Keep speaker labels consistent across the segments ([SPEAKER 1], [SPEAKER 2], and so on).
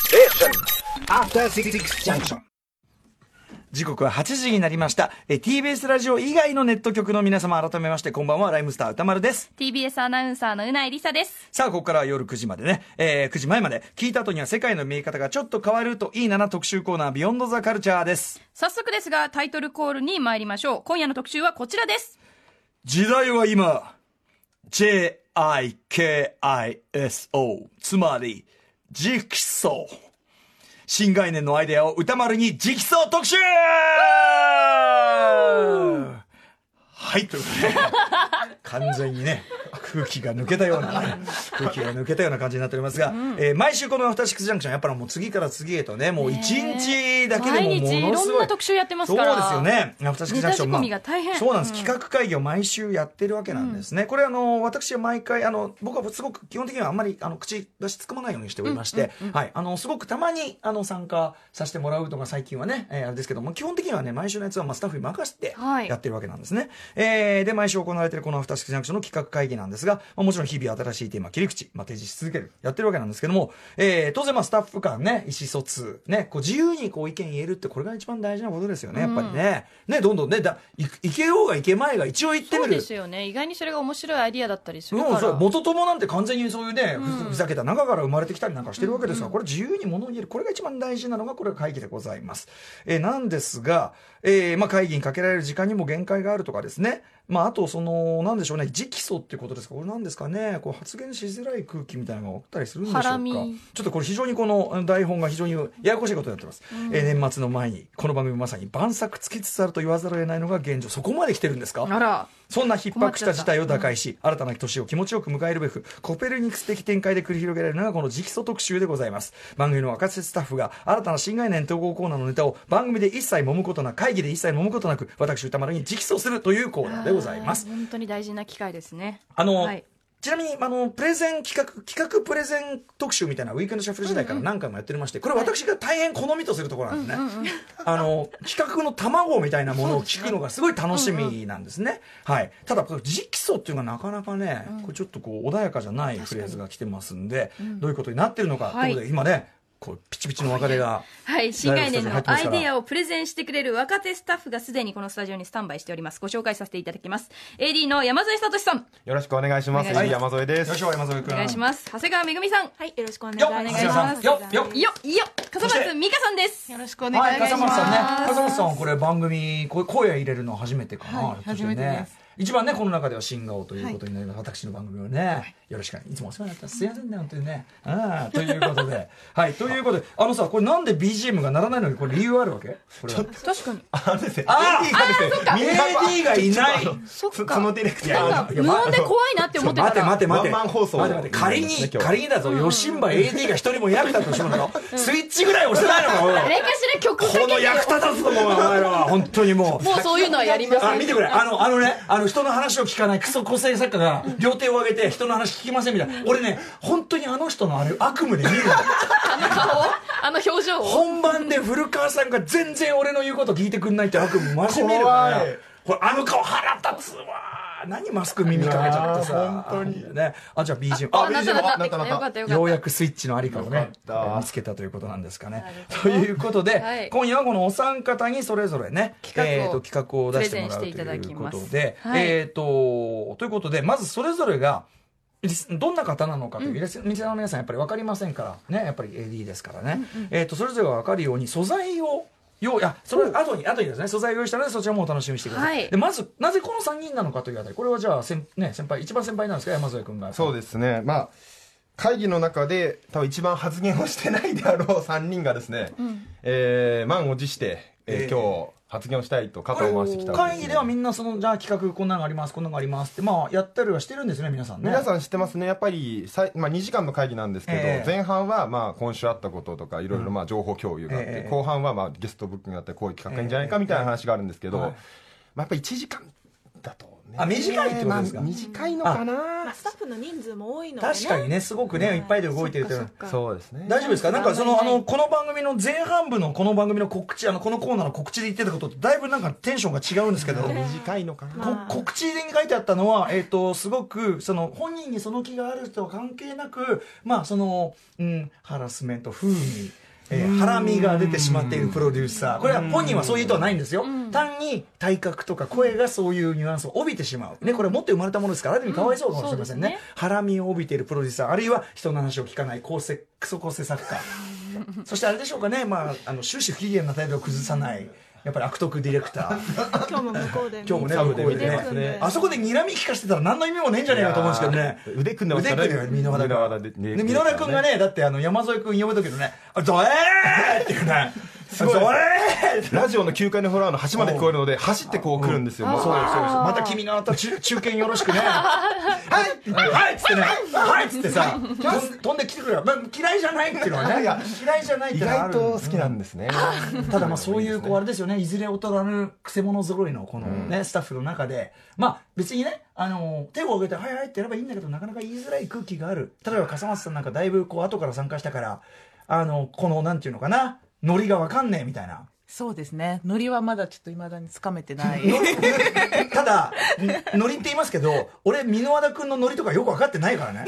[SPEAKER 1] Station.
[SPEAKER 2] After Six Junction.
[SPEAKER 3] 時刻は8時になりました。えー TBS ラジオ以外のネット局の皆様、改めまして、こんばんは、ライムスター歌丸です。
[SPEAKER 4] TBS アナウンサーのうないりさです。
[SPEAKER 3] さあ、ここからは夜9時までね、えー9時前まで、聞いた後には世界の見え方がちょっと変わるといいなな特集コーナー、ビヨンドザカルチャーです。
[SPEAKER 4] 早速ですが、タイトルコールに参りましょう。今夜の特集はこちらです。
[SPEAKER 3] 時代は今、J-I-K-I-S-O、つまり、直訴。新概念のアイデアを歌丸に直訴特集はい、ということで、完全にね、空気が抜けたような、空気が抜けたような感じになっておりますが、えー毎週このアフターシックスジャンクション、やっぱりもう次から次へとね、もう一日だけでも
[SPEAKER 4] 毎日い
[SPEAKER 3] ものすごい。
[SPEAKER 4] ろんな特集やってますから
[SPEAKER 3] そうですよね。ね、私
[SPEAKER 4] ネタ仕込みが大変
[SPEAKER 3] そうなんです、企画会議を毎週やってるわけなんですね、これあの私は毎回あの僕はすごく基本的にはあんまりあの口出し突っ込まないようにしておりまして、はい、あのすごくたまにあの参加させてもらうのが最近はね、えーあれですけども基本的にはね毎週のやつはまあスタッフに任せて
[SPEAKER 4] はい
[SPEAKER 3] やってるわけなんですね、えーで毎週行われてるこの「アフターシックスジャンクション」の企画会議なんですが、まあ、もちろん日々新しいテーマ切り口、まあ、提示し続けるやってるわけなんですけども、えー当然まあスタッフ間ね意思疎通ねこう自由にこう意見言えるってこれが一番大事なことですよねやっぱりね,、ねどんどんねだいいけようがいけまいが一応言ってみ
[SPEAKER 4] そう
[SPEAKER 3] る
[SPEAKER 4] ですよね。意外にそれが面白いアイディアだったりするか
[SPEAKER 3] もう
[SPEAKER 4] ら。
[SPEAKER 3] そう元友なんて完全にそういうね、ふふざけた中から生まれてきたりなんかしてるわけですが、これ自由に物を言えるこれが一番大事なのがこれが会議でございます、えーなんですが、えーまあ、会議にかけられる時間にも限界があるとかですねまあ、あとそのなんでしょうね直訴っていうことですかこれなんですかねこう発言しづらい空気みたいなのがあったりするんでしょう
[SPEAKER 4] ハ
[SPEAKER 3] か
[SPEAKER 4] ラミ
[SPEAKER 3] ちょっとこれ非常にこの台本が非常にややこしいことになってます、えー年末の前にこの番組まさに晩作つきつつあると言わざるを得ないのが現状そこまで来てるんですか
[SPEAKER 4] あら。
[SPEAKER 3] そんな逼迫した事態を打開し、新たな年を気持ちよく迎えるべく、コペルニクス的展開で繰り広げられるのがこの直訴特集でございます。番組の若手スタッフが、新たな新概念統合コーナーのネタを番組で一切揉むことなく、会議で一切揉むことなく、私歌丸に直訴するというコーナーでございます。
[SPEAKER 4] 本当に大事な機会ですね。
[SPEAKER 3] あの、
[SPEAKER 4] はい
[SPEAKER 3] ちなみに、あの、プレゼン企画、企画プレゼン特集みたいな、ウィークエンドシャッフル時代から何回もやっておりまして、これ私が大変好みとするところなんですね。あの、企画の卵みたいなものを聞くのがすごい楽しみなんですね。はい。ただ、これ直訴っていうのがなかなかね、これちょっとこう、穏やかじゃないフレーズが来てますんで、どういうことになってるのか、
[SPEAKER 4] は
[SPEAKER 3] という
[SPEAKER 4] い
[SPEAKER 3] ことで、今ね、こう、ピチピチの別れが、
[SPEAKER 4] はい。新概念のアイデアをプレゼンしてくれる若手スタッフがすでにこのスタジオにスタンバイしております。ご紹介させていただきます。AD の山添聡さん。
[SPEAKER 5] よろしくお願いします。
[SPEAKER 4] お願いし
[SPEAKER 5] 山添です。
[SPEAKER 3] よしお、山添君。
[SPEAKER 4] お願いし
[SPEAKER 3] す。
[SPEAKER 4] ます。長谷川めぐみさん。
[SPEAKER 6] はい、よろしくお願い
[SPEAKER 3] よっ、
[SPEAKER 6] し
[SPEAKER 3] 長谷川さ
[SPEAKER 6] ま
[SPEAKER 3] ん
[SPEAKER 6] す。
[SPEAKER 3] よっ、よっ。
[SPEAKER 4] よっ、よっ。笠松美香さんです。
[SPEAKER 6] よろしくお願
[SPEAKER 3] はいい、
[SPEAKER 6] し
[SPEAKER 3] 笠松さんね
[SPEAKER 6] ま。
[SPEAKER 3] 笠松さんはこれ番組、こう声入れるの初めてかな。
[SPEAKER 6] はい
[SPEAKER 3] ひょっとして
[SPEAKER 6] 初めてです。
[SPEAKER 3] 一番ね、この中では新顔ということになります。私の番組はね、よろしくお願い。いつもお世話になってます。すいませんね、本当にね。うん、ということで。 はい、ということで、あのさ、これなんで BGM が鳴らないのに、これ理由あるわけこれは。
[SPEAKER 4] 確かに。
[SPEAKER 5] あのですね、
[SPEAKER 3] あ
[SPEAKER 5] AD がですね、
[SPEAKER 3] AD がいない
[SPEAKER 5] ちょっとあの
[SPEAKER 4] そっか
[SPEAKER 5] そのディレクター
[SPEAKER 4] な
[SPEAKER 5] が
[SPEAKER 4] んか無音で怖いなって思ってた
[SPEAKER 3] 待て
[SPEAKER 4] ら
[SPEAKER 3] 待。て待て
[SPEAKER 5] ワンマン放送
[SPEAKER 3] 待て待て仮
[SPEAKER 5] です
[SPEAKER 3] に
[SPEAKER 5] ね今日
[SPEAKER 3] 仮にだぞ吉ンバ AD が一人も役立つとしてもだろスイッチぐらい押せないのかおい
[SPEAKER 4] 誰かしら曲かけ
[SPEAKER 3] この
[SPEAKER 4] てよ
[SPEAKER 3] 役立たずと思うお前らは本当にもう
[SPEAKER 4] もうそういうのはやりませ
[SPEAKER 3] あ
[SPEAKER 4] ん。
[SPEAKER 3] 見てくれあのあのねあの人の話を聞かないクソ個性作家が両手を上げて人の話聞きませんみたいな俺ね本当にあの人のあれ悪夢で見るの
[SPEAKER 4] あの顔あの表情を
[SPEAKER 3] 本番で古川さんが全然俺の言うこと聞いてくんないって悪夢マジ見るから
[SPEAKER 5] 怖い
[SPEAKER 3] これあの顔腹立つわ何マスク耳かけちゃって
[SPEAKER 5] い
[SPEAKER 3] さ
[SPEAKER 5] やー本当に
[SPEAKER 3] ねあじゃあ BGM
[SPEAKER 4] あなったなった
[SPEAKER 5] なったなった
[SPEAKER 4] よかったよか
[SPEAKER 3] よ
[SPEAKER 4] っ
[SPEAKER 3] うやくスイッチのありかをね
[SPEAKER 5] よかった
[SPEAKER 3] 見つけたということなんですかね。ということで、
[SPEAKER 4] はい
[SPEAKER 3] 今夜はこのお三方にそれぞれね
[SPEAKER 4] 企画を
[SPEAKER 3] えーと企画を出してもらうと
[SPEAKER 4] プ
[SPEAKER 3] い
[SPEAKER 4] レゼンしていただき
[SPEAKER 3] うこ
[SPEAKER 4] ま
[SPEAKER 3] と
[SPEAKER 4] す
[SPEAKER 3] で、
[SPEAKER 4] はい
[SPEAKER 3] えっ、とということでまずそれぞれがリスどんな方なのかという、リスリスナーの皆さんやっぱり分かりませんからねやっぱり AD ですからね、えー、とそれぞれが分かるように素材を用意あそれ後に後にですね素材を用意したのでそちらもお楽しみにしてください、
[SPEAKER 4] はい
[SPEAKER 3] でまずなぜこの三人なのかというあたりこれはじゃあ先,、ね、先輩一番先輩なんですか山添君が
[SPEAKER 5] そうですね、まあ、会議の中で、多分一番発言をしてないであろう3人 がですね、えー満を持して、えー
[SPEAKER 3] えー
[SPEAKER 5] 今日発言をしたいと肩を回してきたわけ
[SPEAKER 3] 会議ではみんなそのじゃあ企画こんなのがありますこんなのがありますってまあやったりはしてるんですね皆さんね
[SPEAKER 5] 皆さん知ってますね、やっぱり、さいまあ、2時間の会議なんですけど、
[SPEAKER 3] ええ
[SPEAKER 5] 前半はまあ今週あったこととか、いろいろまあ情報共有があって、
[SPEAKER 3] ええ
[SPEAKER 5] 後半はまあゲストブッキングがあって、こういう企画がいいんじゃないかみたいな話があるんですけど、
[SPEAKER 3] ええ
[SPEAKER 5] まあ、やっぱり1時間だと、ね
[SPEAKER 3] あ短いってことですか
[SPEAKER 5] まあ短いのかな
[SPEAKER 1] まあ、スタッフの人数も多いので、ね、
[SPEAKER 3] 確かにねすごくねいっぱいで動いてるっていうのは
[SPEAKER 5] そうですね
[SPEAKER 3] 大丈夫ですかなんかその、あ
[SPEAKER 4] 頑張りたい
[SPEAKER 3] の、この番組の前半部のこの番組の告知、あの、このコーナーの告知で言ってたこととだいぶなんかテンションが違うんですけど、
[SPEAKER 5] 短いのかな
[SPEAKER 3] こ告知に書いてあったのは、えっ、と、すごく、その、本人にその気がある人は関係なく、まあ、その、うん、ハラスメント風味。えー、ハラミが出てしまっているプロデューサーこれは本人はそういう意図はないんですよ、単に体格とか声がそういうニュアンスを帯びてしまう、ね、これは持って生まれたものですからある意味かわいそうかもしれませんね,、
[SPEAKER 4] うんそうですね
[SPEAKER 3] ハラミを帯びているプロデューサーあるいは人の話を聞かない構成クソ構成作 家そしてあれでしょうかね、まあ、あの終始不機嫌な態度を崩さないやっぱり悪徳ディレクター
[SPEAKER 1] 今日も向こうで
[SPEAKER 3] 今日もね
[SPEAKER 5] サ
[SPEAKER 3] 向こ
[SPEAKER 5] ブで
[SPEAKER 3] う
[SPEAKER 5] 見
[SPEAKER 3] で
[SPEAKER 5] てますね
[SPEAKER 3] ねあそこで睨み聞かしてたら何の意味もねえんじゃねえかと思うんですけどね
[SPEAKER 5] いやー腕組んでましたね
[SPEAKER 3] 腕組んで箕輪田
[SPEAKER 5] 箕輪田で
[SPEAKER 3] 君で箕輪田君がねだってあの山添君呼ぶ時のね「あドエー!」っていうね「
[SPEAKER 5] ごい
[SPEAKER 3] ドエー!」って
[SPEAKER 5] ラジオの9階のフロアの端まで聞こえるので走ってこう来るんですよもう
[SPEAKER 3] そうですそうですまた君のあなた中中堅よろしくねはいはいっつってねはいっつってさ飛ん飛んできてくれよ、まあ、嫌いじゃないっていうのはね嫌いじゃないっ
[SPEAKER 5] 意
[SPEAKER 3] ていうのはあ
[SPEAKER 5] 外
[SPEAKER 3] る
[SPEAKER 5] と好きなんですね
[SPEAKER 3] た だまあそういうこうあ
[SPEAKER 5] れ
[SPEAKER 3] れですよねいずれ劣らぬくせ者揃いのこのね、スタッフの中でまあ別にねあの手を挙げて「はいはい」ってやればいいんだけどなかなか言いづらい空気がある例えば笠松さんなんかだいぶこう後から参加したからあのこのなんていうのかなノリがわかんねえみたいな
[SPEAKER 6] そうですね。ノリはまだちょっと未だにつかめてない。
[SPEAKER 3] ただんノリって言いますけど俺箕輪田君のノリとかよく分かってないからね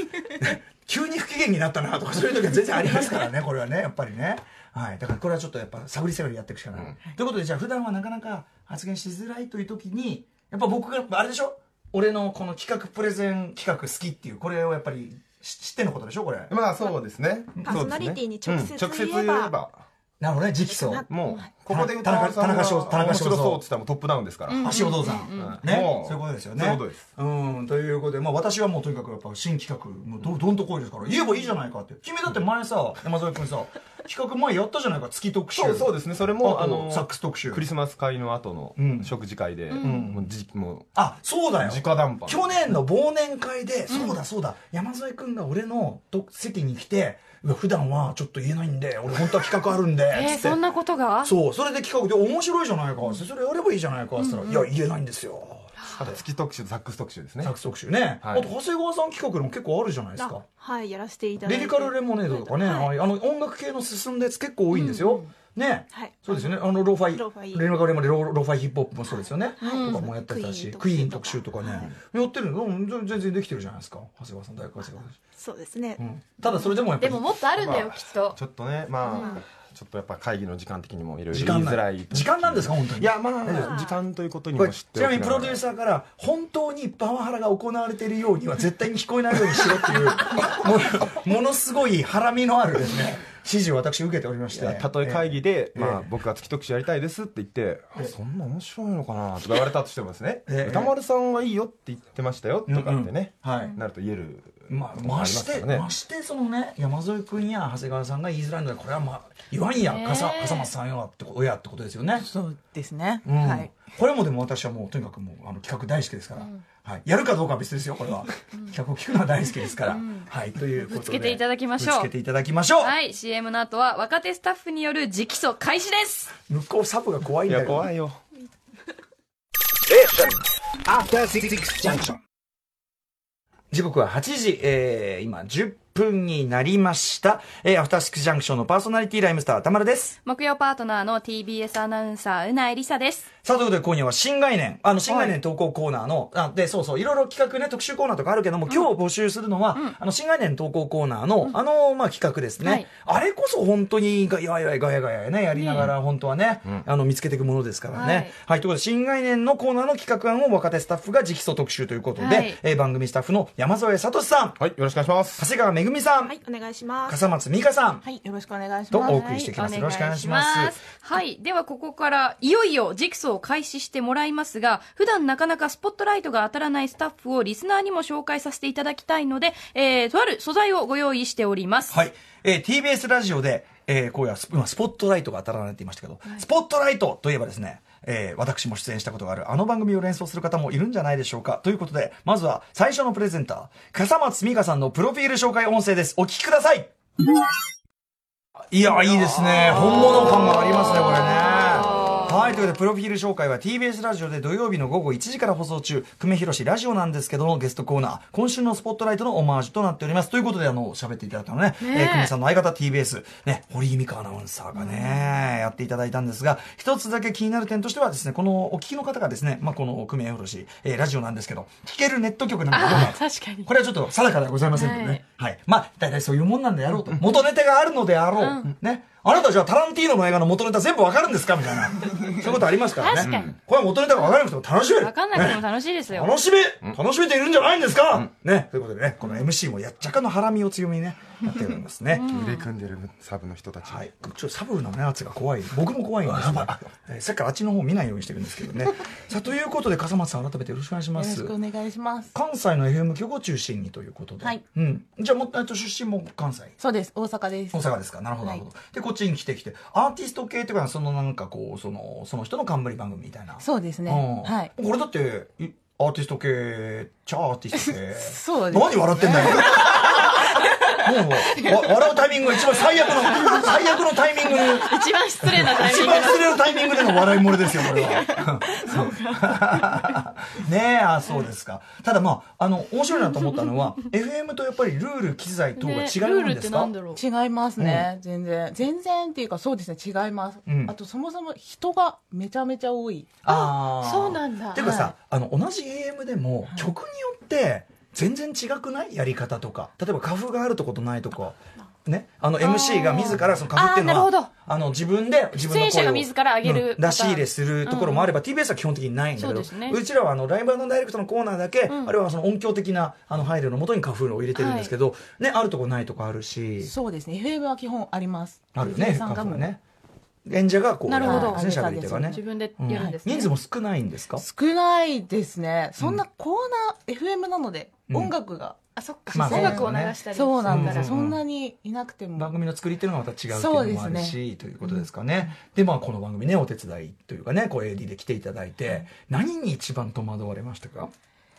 [SPEAKER 3] 急に不機嫌になったなとかそういう時は全然ありますからねこれはねやっぱりね、はい、だからこれはちょっとやっぱ探り探りやっていくしかない、ということでじゃあ普段はなかなか発言しづらいという時にやっぱ僕があれでしょ俺のこの企画プレゼン企画好きっていうこれをやっぱり知知ってのことでしょこれ
[SPEAKER 5] まあそうですね
[SPEAKER 1] パーソナリティに直接
[SPEAKER 5] そうですね
[SPEAKER 1] 言えば
[SPEAKER 5] うん直接言えば
[SPEAKER 3] なるほどね直訴
[SPEAKER 5] もうここで
[SPEAKER 3] 田
[SPEAKER 5] 歌
[SPEAKER 3] 中
[SPEAKER 5] わさん
[SPEAKER 3] 田
[SPEAKER 5] が
[SPEAKER 3] 中翔田中
[SPEAKER 5] 面
[SPEAKER 3] 翔
[SPEAKER 5] 白そうって言ったらもうトップダウンですから
[SPEAKER 3] 足尾銅山、ね、
[SPEAKER 5] もう
[SPEAKER 3] そういうことですよね。
[SPEAKER 5] そういうことです
[SPEAKER 3] うん、ということで、まあ、私はもうとにかくやっぱ新企画、もうどどんとこいですから、言えばいいじゃないかって。君だって前さ、山添君さ、企画前やったじゃないか、月特集。
[SPEAKER 5] そうそうですねそれも
[SPEAKER 3] あ
[SPEAKER 5] あ
[SPEAKER 3] と
[SPEAKER 5] の
[SPEAKER 3] サックス特集
[SPEAKER 5] クリスマス会の後の
[SPEAKER 3] うん
[SPEAKER 5] 食事会で
[SPEAKER 3] ん
[SPEAKER 5] もうじも
[SPEAKER 3] あ、そうだ
[SPEAKER 5] う
[SPEAKER 3] よ。
[SPEAKER 5] 直談判
[SPEAKER 3] 去年の忘年会で、そうだそうだ、山添君が俺のと席に来て、うわ普段はちょっと言えないんで、俺本当は企画あるんで、
[SPEAKER 4] え
[SPEAKER 3] つ
[SPEAKER 4] ー、
[SPEAKER 3] って
[SPEAKER 4] そんなことが
[SPEAKER 3] そう、それで企画で面白いじゃないか、それやればいいじゃないか、つったら、いや、言えないんですよ。
[SPEAKER 5] あと月特集とサックス特集ですね
[SPEAKER 3] サックス特集ね、
[SPEAKER 5] はい
[SPEAKER 3] あと長谷川さん企画の結構あるじゃないですか
[SPEAKER 1] あはいやらせていただい
[SPEAKER 3] リ
[SPEAKER 1] て
[SPEAKER 3] リカルレモネードとかね、
[SPEAKER 1] はい
[SPEAKER 3] はいあの音楽系の進んだやつ結構多いんですよ、ね、
[SPEAKER 1] はい
[SPEAKER 3] そうですよねあのローファイ
[SPEAKER 1] ローファ
[SPEAKER 3] リ
[SPEAKER 1] イ
[SPEAKER 3] リカルレモネードローローファイヒップホップもそうですよね、
[SPEAKER 1] はい
[SPEAKER 3] とかもやってたしク
[SPEAKER 1] ク
[SPEAKER 3] イ
[SPEAKER 1] イ
[SPEAKER 3] ー
[SPEAKER 1] ー
[SPEAKER 3] ン
[SPEAKER 1] ン
[SPEAKER 3] 特
[SPEAKER 1] 特
[SPEAKER 3] 集
[SPEAKER 1] 集
[SPEAKER 3] と
[SPEAKER 1] と
[SPEAKER 3] か
[SPEAKER 1] か
[SPEAKER 3] ね、やってるのうん全全然できてるじゃないですか長谷川さん大活躍だし、
[SPEAKER 1] そうですね、
[SPEAKER 3] うん、ただそれでもやっぱ
[SPEAKER 4] で
[SPEAKER 3] り
[SPEAKER 4] ももっとあるんだよ
[SPEAKER 5] まあ
[SPEAKER 4] きっと
[SPEAKER 5] ちょっとねまあちょっとやっぱ会議の時間的にもいろいろ
[SPEAKER 3] 時
[SPEAKER 5] 言
[SPEAKER 3] 間
[SPEAKER 5] い
[SPEAKER 3] な
[SPEAKER 5] づら
[SPEAKER 3] ん
[SPEAKER 5] い
[SPEAKER 3] 時間なんですか本当に
[SPEAKER 5] いやまあ時間ということに
[SPEAKER 3] こ
[SPEAKER 5] も
[SPEAKER 3] れ
[SPEAKER 5] 知
[SPEAKER 3] ち
[SPEAKER 5] っておき
[SPEAKER 3] なみにプロデュー
[SPEAKER 5] ー
[SPEAKER 3] サーから本当にパワハラが行われているようには絶対に聞こえないようにしろって いうもものすごいハラミのあるですね指示を私受けておりまして
[SPEAKER 5] たとえ会議で、
[SPEAKER 3] ええ
[SPEAKER 5] まあ、僕が月特集やりたいですって言って、あそんな面白いのかなとか言われたとしてもですね、
[SPEAKER 3] ええ
[SPEAKER 5] 歌丸さんはいいよって言ってましたよとかってね、
[SPEAKER 3] うんうんはい
[SPEAKER 5] なると言える、
[SPEAKER 3] まあ、
[SPEAKER 5] ものあ
[SPEAKER 3] ま
[SPEAKER 5] り
[SPEAKER 3] し
[SPEAKER 5] すか
[SPEAKER 3] て、
[SPEAKER 5] らね
[SPEAKER 3] ましてそのね山添君や長谷川さんが言いづらいのでこれはまあ言わんや、
[SPEAKER 4] ねえ
[SPEAKER 3] 笠笠松さんよって親ってことですよね、
[SPEAKER 6] そうですね。
[SPEAKER 3] うん
[SPEAKER 6] はい。
[SPEAKER 3] これはもうでも私はもうとにかくもうあの企画大好きですから、はい、やるかどうかは別ですよこれは、企画を聞くのは大好きですから、はいということで
[SPEAKER 4] ぶつけていただきましょう
[SPEAKER 3] ぶつけていただきましょう、
[SPEAKER 4] はい CM の後は若手スタッフによる直訴開始です
[SPEAKER 3] 向こうサブが怖いん
[SPEAKER 5] い
[SPEAKER 3] だ
[SPEAKER 5] や
[SPEAKER 3] よ
[SPEAKER 5] 怖いよ
[SPEAKER 2] After Six Junction.
[SPEAKER 3] 時刻は8時、えー、今10分になりました、えー、アフターシックスジャンクションのパーソナリティライムスター歌丸です
[SPEAKER 4] 木曜パートナーの TBS アナウンサーうなえりさです
[SPEAKER 3] さあ、ということで今夜は新概念、あの、新概念投稿コーナーの、あ、で、そうそう、いろいろ企画ね、特集コーナーとかあるけども、今日募集するのは、あの、新概念投稿コーナーの、あの、まあ、企画ですね。
[SPEAKER 4] はい
[SPEAKER 3] あれこそ本当に、ガヤガヤガヤガヤね、やりながら、本当はね、あの、見つけていくものですからね。は
[SPEAKER 4] はいい、
[SPEAKER 3] ということで、新概念のコーナーの企画案を若手スタッフが直訴特集ということで、
[SPEAKER 4] はい
[SPEAKER 3] えー番組スタッフの山添聡さん、
[SPEAKER 5] はいよろしくお願いします
[SPEAKER 3] 長谷川めぐみさん、
[SPEAKER 1] はいお願いします
[SPEAKER 3] 笠松美香さん、
[SPEAKER 6] はい。よろしくお願いし
[SPEAKER 3] と
[SPEAKER 6] ます
[SPEAKER 3] お。送りしていきます。よろしくお願いします。
[SPEAKER 4] はい。では、ここから、いよいよ、ジクソを開始してもらいますが、普段なかなかスポットライトが当たらないスタッフをリスナーにも紹介させていただきたいので、えー、とある素材をご用意しております。
[SPEAKER 3] はい。えー TBS ラジオで、えー、今夜ス、今スポットライトが当たらないって言いましたけど、スポットライトといえばですね、えー私も出演したことがあるあの番組を連想する方もいるんじゃないでしょうか。ということで、まずは最初のプレゼンター、笠松美香さんのプロフィール紹介音声です。お聞きください。いや、いいですね。本物感がありますね、これね。はい、ということで、プロフィール紹介は TBS ラジオで土曜日の午後1時から放送中、久米宏ラジオなんですけどのゲストコーナー、今週のスポットライトのオマージュとなっております。ということで、あの、喋っていただいたのね、
[SPEAKER 4] ねえ
[SPEAKER 3] えー久米さんの相方 TBS、ね、堀井美香アナウンサーがね、やっていただいたんですが、一つだけ気になる点としてはですね、このお聞きの方がですね、まあ、この久米宏、えーラジオなんですけど、聞けるネット局なんかどうなの
[SPEAKER 4] 確かに
[SPEAKER 3] これはちょっと定かではございませんけどね。はい。まあ、大体そういうもんなんでやろうと。元ネタがあるのであろう。ね。あなたじゃあタランティーノの映画の元ネタ全部わかるんですかみたいな。そういうことありますからね。
[SPEAKER 4] 確かに
[SPEAKER 3] うんこれは元ネタがわからなくても楽しめる。
[SPEAKER 4] 分かんなくても
[SPEAKER 3] ね
[SPEAKER 4] 楽しいですよ。
[SPEAKER 3] 楽しめ楽しめているんじゃないんですかね。ということでね、この MC もやっちゃかのハラミを強めにね、やっておりますね。
[SPEAKER 5] 腕組んでるサブの人たち。
[SPEAKER 3] はい、ちょっとサブのねやつが怖い僕も怖いんですよ、えーさっきからあっちの方見ないようにしてるんですけどねさあということで笠松さん改めてよろしくお願いしま
[SPEAKER 6] ろ
[SPEAKER 3] す
[SPEAKER 6] しくお願いします。
[SPEAKER 3] 関西の FM 局を中心にということで、
[SPEAKER 6] はい
[SPEAKER 3] うん、じゃあもえっと出身も関西
[SPEAKER 6] そうです。大阪です
[SPEAKER 3] 大。阪ですかなるほどな
[SPEAKER 6] は
[SPEAKER 3] る
[SPEAKER 6] い
[SPEAKER 3] ほど、でこっちに来てきてアーティスト系っていうかそのなんかこうそのその人の冠番組みたいな
[SPEAKER 6] そうです
[SPEAKER 3] う
[SPEAKER 6] ね。
[SPEAKER 3] ん
[SPEAKER 6] はい。
[SPEAKER 3] これだっていアーティスト系チャーアーティスト系
[SPEAKER 6] そうです。
[SPEAKER 3] 何笑ってん だよもうわ笑うタイミングが一番最悪の最悪のタイミングに
[SPEAKER 4] 一番失礼なタイミ
[SPEAKER 3] 一
[SPEAKER 4] ング
[SPEAKER 3] 番釣れるタイミングでの笑い漏れですよ、これは。 ねえ、あ、そうですか。ただまあ、あの、面白いなと思ったの は、FM とやっぱりルール、機材等が違
[SPEAKER 4] ね
[SPEAKER 3] うもんですか、
[SPEAKER 4] ルールってなんだろう。
[SPEAKER 6] 違いますね、全然全然っていうかそうですね違います、
[SPEAKER 3] うん
[SPEAKER 6] あとそもそも人がめちゃめちゃ多い
[SPEAKER 3] あー
[SPEAKER 4] そうなんだ
[SPEAKER 3] ていうか
[SPEAKER 6] は
[SPEAKER 3] さ
[SPEAKER 6] い、
[SPEAKER 3] あの、同じ AM でも、曲によって、全然違くないやり方とか。例えば、花粉があるとことないとこ。ね、あの MC が自らその花粉っていうの
[SPEAKER 4] あーなる
[SPEAKER 3] は
[SPEAKER 4] ほど
[SPEAKER 3] あの自分で自分の声を
[SPEAKER 4] 出演者が自ら上げる
[SPEAKER 3] うん出し入れするところもあれば、TBS は基本的にないんだけど
[SPEAKER 4] そうですね
[SPEAKER 3] うちらはあのライブダイレクトのコーナーだけ、
[SPEAKER 4] ん
[SPEAKER 3] あるいはその音響的なあの配慮のもとに花粉を入れてるんですけど、ね、あるとこないとこあるし
[SPEAKER 6] そうですね FM は基本あります
[SPEAKER 3] あるよね
[SPEAKER 6] さん
[SPEAKER 3] 花
[SPEAKER 6] が
[SPEAKER 3] 粉
[SPEAKER 6] も
[SPEAKER 3] は
[SPEAKER 6] う、
[SPEAKER 3] ね演者がこう
[SPEAKER 4] なるほど
[SPEAKER 3] 出演者がいてがね
[SPEAKER 4] 自分で
[SPEAKER 3] うん
[SPEAKER 4] やるんですね。
[SPEAKER 3] 人数も少ないんですか
[SPEAKER 6] 少ないですねそんなコーナー、FM なので
[SPEAKER 3] うん
[SPEAKER 6] 音楽が、
[SPEAKER 4] あそっ
[SPEAKER 3] まあ
[SPEAKER 4] か。音楽を流したりする
[SPEAKER 6] そうなん
[SPEAKER 4] か
[SPEAKER 6] ですよ、
[SPEAKER 4] ら
[SPEAKER 3] うん
[SPEAKER 6] そんなにいなくても
[SPEAKER 3] 番組の作りっていうのがまた違うっていうのもあるし、
[SPEAKER 6] そう
[SPEAKER 3] ということですかね、でまあこの番組ねお手伝いというかねこう AD で来ていただいて、何に一番戸惑われましたか、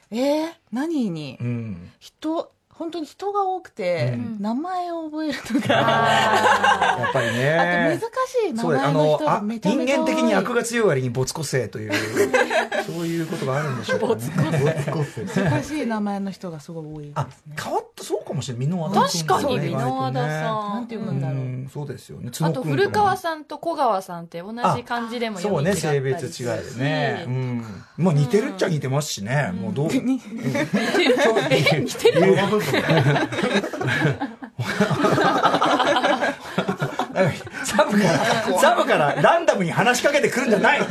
[SPEAKER 6] えー、何に、
[SPEAKER 3] うん、
[SPEAKER 6] 人本当に人が多くて、
[SPEAKER 3] うん
[SPEAKER 6] 名前を覚えると
[SPEAKER 3] や
[SPEAKER 6] か、
[SPEAKER 3] っぱりね
[SPEAKER 6] あと難しい名
[SPEAKER 3] そうですあ
[SPEAKER 6] 前の
[SPEAKER 3] の
[SPEAKER 6] 人
[SPEAKER 3] あ
[SPEAKER 6] がめちゃ
[SPEAKER 3] 人
[SPEAKER 6] めちゃ
[SPEAKER 3] 間
[SPEAKER 6] 多い
[SPEAKER 3] 的に悪が強い割に没個性 というそういうことがあるんでしょうかね。没個性
[SPEAKER 6] 難しい名前の人がすごい多い
[SPEAKER 3] あ
[SPEAKER 6] ですね
[SPEAKER 3] 変わったそうかもしれない箕輪田君と
[SPEAKER 4] 確か
[SPEAKER 3] ね
[SPEAKER 4] に、箕輪田
[SPEAKER 3] 意
[SPEAKER 4] さ
[SPEAKER 6] なん
[SPEAKER 4] ん
[SPEAKER 6] て。呼
[SPEAKER 3] 外と
[SPEAKER 6] ぶん
[SPEAKER 3] ね
[SPEAKER 6] だろう、
[SPEAKER 3] うんそうですよね
[SPEAKER 4] あ
[SPEAKER 3] 角
[SPEAKER 4] と
[SPEAKER 3] 君
[SPEAKER 4] 古川
[SPEAKER 3] と
[SPEAKER 4] さんと小川さんって同じ漢字でも
[SPEAKER 3] かも
[SPEAKER 4] 読
[SPEAKER 3] そう
[SPEAKER 4] み違
[SPEAKER 3] ね
[SPEAKER 4] った
[SPEAKER 3] 性
[SPEAKER 4] り
[SPEAKER 3] 別違いでね、うん、まあ似てるっちゃ似てますしね、もう どう
[SPEAKER 4] え似てる
[SPEAKER 5] ローマ部分だよ
[SPEAKER 3] サブから、サブからランダムに話しかけてくるんじゃない、ね、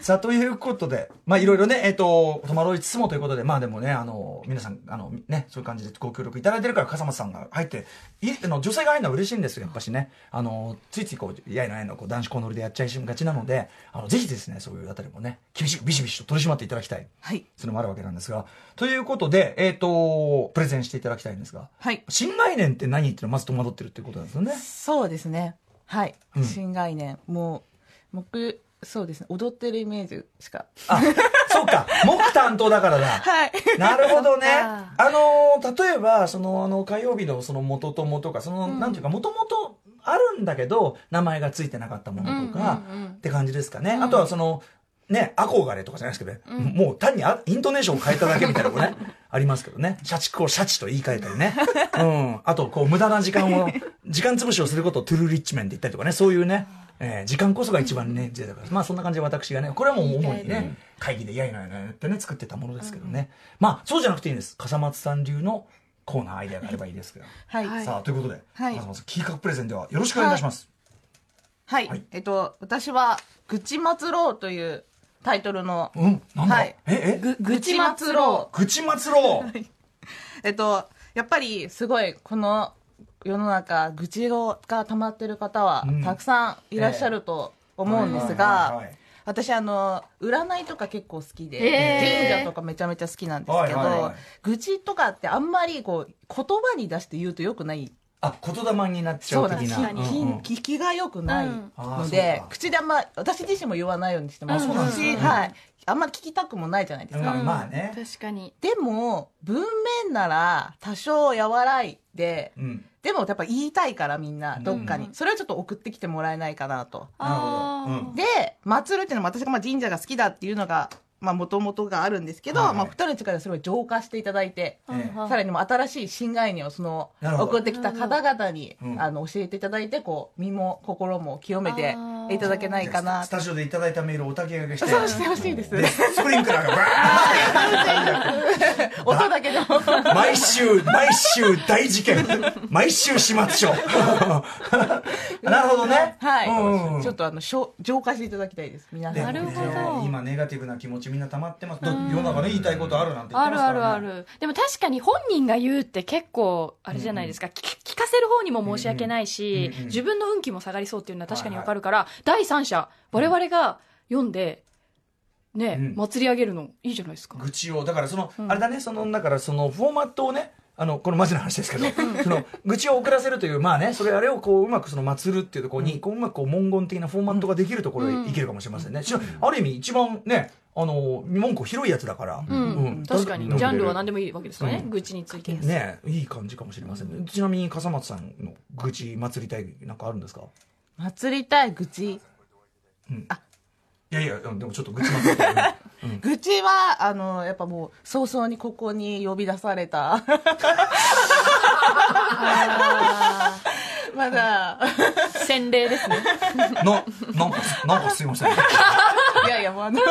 [SPEAKER 3] さあ、ということで、まあ、いろいろね、えっ、と、戸惑いつつもということで、まあでもね、あの、皆さん、あの、ね、そういう感じでご協力いただいてるから、笠松さんが入って、いあの女性が入るのは嬉しいんですよ、やっぱしね。あの、ついついこう、やいのやいの、こう、男子校乗りでやっちゃいがちなので、あの、ぜひですね、そういうあたりもね、厳しくビシビシと取り締まっていただきたい。
[SPEAKER 6] はい
[SPEAKER 3] それもあるわけなんですが。ということで、えっ、と、プレゼンしていただきたいんですが、
[SPEAKER 6] はい
[SPEAKER 3] 新概念って何っていうのはまず戸惑ってるっていうことなんですよね。
[SPEAKER 6] そうですねはい、
[SPEAKER 3] うん
[SPEAKER 6] 新概念もう僕そうですね踊ってるイメージしか
[SPEAKER 3] あ、そうか。木担当だからだ。
[SPEAKER 6] はい
[SPEAKER 3] なるほどね。
[SPEAKER 4] あ
[SPEAKER 3] あのー、例えば、その、あの、火曜日のその元ともとか、その、
[SPEAKER 4] ん
[SPEAKER 3] なんていうか、もともとあるんだけど、名前がついてなかったものとか、
[SPEAKER 4] うんうんうん
[SPEAKER 3] って感じですかね。
[SPEAKER 4] ん
[SPEAKER 3] あとは、その、ね、憧れとかじゃないですけどね。もう単にあイントネーションを変えただけみたいなことね。 ありますけどね。社畜を社畜と言い換えたり ね。うん。あと、こう、無駄な時間を、時間潰しをすることをトゥルーリッチメンって言ったりとかね、そういうね。えー時間こそが一番ね、贅沢です。まあ、そんな感じで私がね、これはもう主にね、会議でやいのやいのやってね、作ってたものですけどね。まあ、そうじゃなくていいんです。笠松さん流のコーナーアイデアがあればいいですけど。
[SPEAKER 6] はい、
[SPEAKER 4] はい
[SPEAKER 3] さあ、ということで、
[SPEAKER 6] はい
[SPEAKER 3] 笠松さん、キーカッププレゼンではよろしくお願いいたします。
[SPEAKER 6] はい
[SPEAKER 3] はい
[SPEAKER 6] えっと私は「愚痴末ろう」というタイトルの
[SPEAKER 3] うん、なんだ、
[SPEAKER 6] はい
[SPEAKER 3] え、え、
[SPEAKER 6] ぐ愚痴末ろ
[SPEAKER 3] 口松郎
[SPEAKER 6] うえっとやっぱりすごいこの世の中愚痴が溜まってる方は
[SPEAKER 3] うん
[SPEAKER 6] たくさんいらっしゃると思うんです
[SPEAKER 3] はいはい
[SPEAKER 6] が
[SPEAKER 3] はいはい
[SPEAKER 6] 私あの占いとか結構好きで、
[SPEAKER 4] えー
[SPEAKER 6] 神社とかめちゃめちゃ好きなんですけど、
[SPEAKER 3] はいはいはい
[SPEAKER 6] 愚痴とかってあんまりこう言葉に出して言うとよくない
[SPEAKER 3] あ、言霊になっちゃう的な。
[SPEAKER 6] そうなんです
[SPEAKER 3] うんうん
[SPEAKER 6] 聞き聞きがよくない
[SPEAKER 4] うん
[SPEAKER 3] あー
[SPEAKER 6] の
[SPEAKER 3] そう
[SPEAKER 6] で
[SPEAKER 3] か、
[SPEAKER 6] 口であんま私自身も言わないようにしてます
[SPEAKER 4] あそうなんです
[SPEAKER 6] し、
[SPEAKER 4] ね
[SPEAKER 6] はい、あんまり聞きたくもないじゃないですか、
[SPEAKER 3] うんまあね
[SPEAKER 4] 確かに。
[SPEAKER 6] でも文面なら多少和らいて、
[SPEAKER 3] うん。
[SPEAKER 6] でもやっぱ言いたいからみんな、どっかに。それをちょっと送ってきてもらえないかなと。
[SPEAKER 4] あ
[SPEAKER 3] なるほ
[SPEAKER 4] ー
[SPEAKER 3] どうん
[SPEAKER 6] で、祭るっていうのも私がまあ神社が好きだっていうのが、まあもともとがあるんですけど、
[SPEAKER 3] はいはい
[SPEAKER 6] まあ二人の力でそれを浄化していただいて、
[SPEAKER 3] うんええ
[SPEAKER 6] さらにもう新しい新概念をその
[SPEAKER 3] なるほど
[SPEAKER 6] 送ってきた方々に、
[SPEAKER 3] うん
[SPEAKER 6] あの教えていただいてこう身も心も清めていただけないかな
[SPEAKER 3] スタジオでいただいたメールをお焚き上げして。
[SPEAKER 6] そうしてほしいです
[SPEAKER 3] でスプリンクラーがバ
[SPEAKER 6] 音だけでも
[SPEAKER 3] ーン毎週、毎週大事件。毎週始末 書。なるほどね。
[SPEAKER 6] はい、
[SPEAKER 3] うんうん
[SPEAKER 6] ちょっとあのしょ浄化していただきたいです皆
[SPEAKER 3] で
[SPEAKER 6] さん
[SPEAKER 4] なるほど
[SPEAKER 3] ね今ネガティブな気持ちみんな溜まってます。だって世の中ね言いたいことあるなんて言っ
[SPEAKER 4] あ
[SPEAKER 3] てま
[SPEAKER 4] る
[SPEAKER 3] すか
[SPEAKER 4] あ
[SPEAKER 3] らね
[SPEAKER 4] るある。でも確かに本人が言うって結構、あれじゃないですか、聞聞かせる方にも申し訳ないし、
[SPEAKER 3] うんうん
[SPEAKER 4] 自分の運気も下がりそうっていうのは確かにわかるから、第三者、我々が読んで、ね、
[SPEAKER 3] うん
[SPEAKER 4] 祭り上げるのいいじゃないですか。
[SPEAKER 3] 愚痴をだからその、あれだねそのだからそのフォーマットをねあのこのマジな話ですけどその愚痴を遅らせるというまあねそれあれをこううまくその祭るっていうところに、こううまくこう文言的なフォーマットができるところへいけるかもしれませんね、しある意味一番ねあの文句広いやつだから、
[SPEAKER 4] うん、
[SPEAKER 3] うん
[SPEAKER 4] 確かに、
[SPEAKER 3] うん
[SPEAKER 4] ジャンルは何でもいいわけですからね、
[SPEAKER 3] うん
[SPEAKER 4] 愚痴について。
[SPEAKER 3] ねいい感じかもしれませんね、ちなみに笠松さんの愚痴祭りたいなんかあるんですか
[SPEAKER 6] 祭りたい愚痴
[SPEAKER 3] いやいやでもちょっと愚痴祭りたい、
[SPEAKER 6] 愚痴はあのやっぱもう早々にここに呼び出されたまだ
[SPEAKER 4] 洗礼ですね。
[SPEAKER 3] ななんかなんかすいません
[SPEAKER 6] いやいやもうあのあ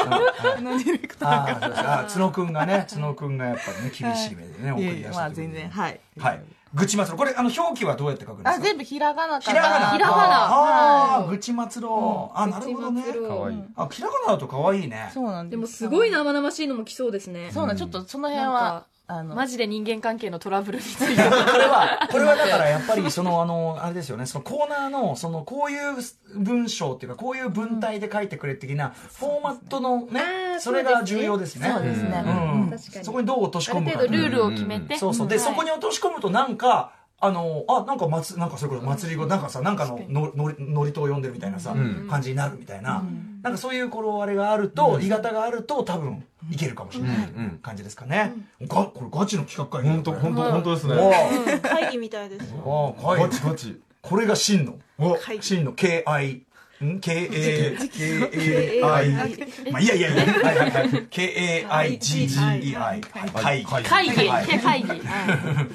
[SPEAKER 6] のディレクター
[SPEAKER 3] ああそうですかあ角くんがね角くんがやっぱりね厳しい目でね、
[SPEAKER 6] い
[SPEAKER 3] 送
[SPEAKER 6] や
[SPEAKER 3] り
[SPEAKER 6] い
[SPEAKER 3] 出
[SPEAKER 6] や
[SPEAKER 3] し
[SPEAKER 6] ま
[SPEAKER 3] た
[SPEAKER 6] あ
[SPEAKER 3] 時に
[SPEAKER 6] 全然はい
[SPEAKER 3] はい。愚痴祭り。これ、あの、表記はどうやって書くんですか
[SPEAKER 6] あ全部ひらがなか
[SPEAKER 3] ひ
[SPEAKER 6] な
[SPEAKER 3] らがな。
[SPEAKER 4] ひらがな
[SPEAKER 3] ああ、
[SPEAKER 4] はい
[SPEAKER 3] 愚痴祭ろう。あ、なるほどね。
[SPEAKER 5] かわいい。
[SPEAKER 3] あ、ひらがなだと可愛いね。
[SPEAKER 6] そうなんです
[SPEAKER 4] でもすごい
[SPEAKER 6] な
[SPEAKER 4] 生々しいのも来そうですね。
[SPEAKER 6] そうなんちょっとその辺
[SPEAKER 4] なん
[SPEAKER 6] は
[SPEAKER 4] か
[SPEAKER 6] あの
[SPEAKER 4] マジで人間関係のトラブルについて。
[SPEAKER 3] これは、 これはだからやっぱり、その、あの、あれですよね、そのコーナーの、その、こういう文章っていうか、こういう文体で書いてくれ的な、フォーマットのね、それが重要ですね。
[SPEAKER 6] そうですね
[SPEAKER 3] うん
[SPEAKER 4] 確かに
[SPEAKER 3] そこにどう落とし
[SPEAKER 4] あ
[SPEAKER 3] 込
[SPEAKER 4] る
[SPEAKER 3] むか
[SPEAKER 4] 程度ルールを決め
[SPEAKER 5] うんうんう
[SPEAKER 4] て。
[SPEAKER 3] そうそう。で、
[SPEAKER 4] ん
[SPEAKER 3] そこに落とし込むとなんか、あの、あ、なんか祭、なんかそれこそ祭り語、なんかさ、なんかの、の、のり、のりとを呼んでるみたいなさ、
[SPEAKER 5] ん
[SPEAKER 3] 感じになるみたいな、なんかそういう頃あれがあると、鋳型があると、多分、いけるかもしれない
[SPEAKER 5] うんうん
[SPEAKER 3] 感じですかね。が、これガチの企画会議
[SPEAKER 5] 本当本当本当です
[SPEAKER 3] 当
[SPEAKER 5] ね。
[SPEAKER 1] うん会議みたいです。
[SPEAKER 3] わあ、会
[SPEAKER 5] ガ
[SPEAKER 3] 議
[SPEAKER 5] チガチ。
[SPEAKER 3] これが真の。
[SPEAKER 5] お
[SPEAKER 1] 会議
[SPEAKER 3] 真の KI。ん ?KA、KAI。まあ、いやいやいや、はいはいはい。KAIGGEI。会議。
[SPEAKER 4] 会
[SPEAKER 3] はい
[SPEAKER 4] 議、会議。はい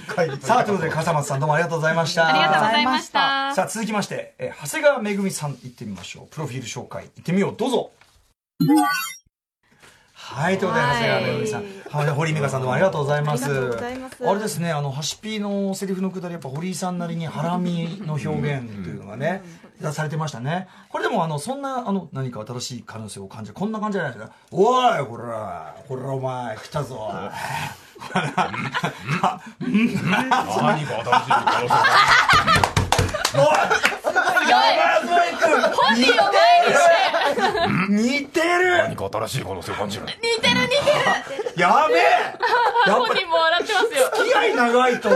[SPEAKER 5] 会議
[SPEAKER 3] さあ、ということで、笠松さんどうもありがとうございました。
[SPEAKER 4] ありがとうございました。
[SPEAKER 3] さあ続きまして、えー長谷川めぐみさん行ってみましょうプロフィール紹介行ってみようどうぞはいということで長谷川めぐみさんはい堀井美香さんどうもありがとうございます
[SPEAKER 1] ありがとうございます
[SPEAKER 3] あれですねあのハシピーのセリフのくだりやっぱ堀井さんなりにハラミの表現というのがねされてましたねこれでもあのそんなあの何か新しい可能性を感じるこんな感じじゃないですかおいほらほらお前来たぞ おい山
[SPEAKER 5] 何か新しい可能性
[SPEAKER 4] 本人を前にして
[SPEAKER 3] 添君似てる
[SPEAKER 5] 何か新しい可能性を感じる。
[SPEAKER 4] 似てる似てる
[SPEAKER 3] やべえやっぱ
[SPEAKER 4] 本人も笑ってますよ。
[SPEAKER 3] 付き合い長いと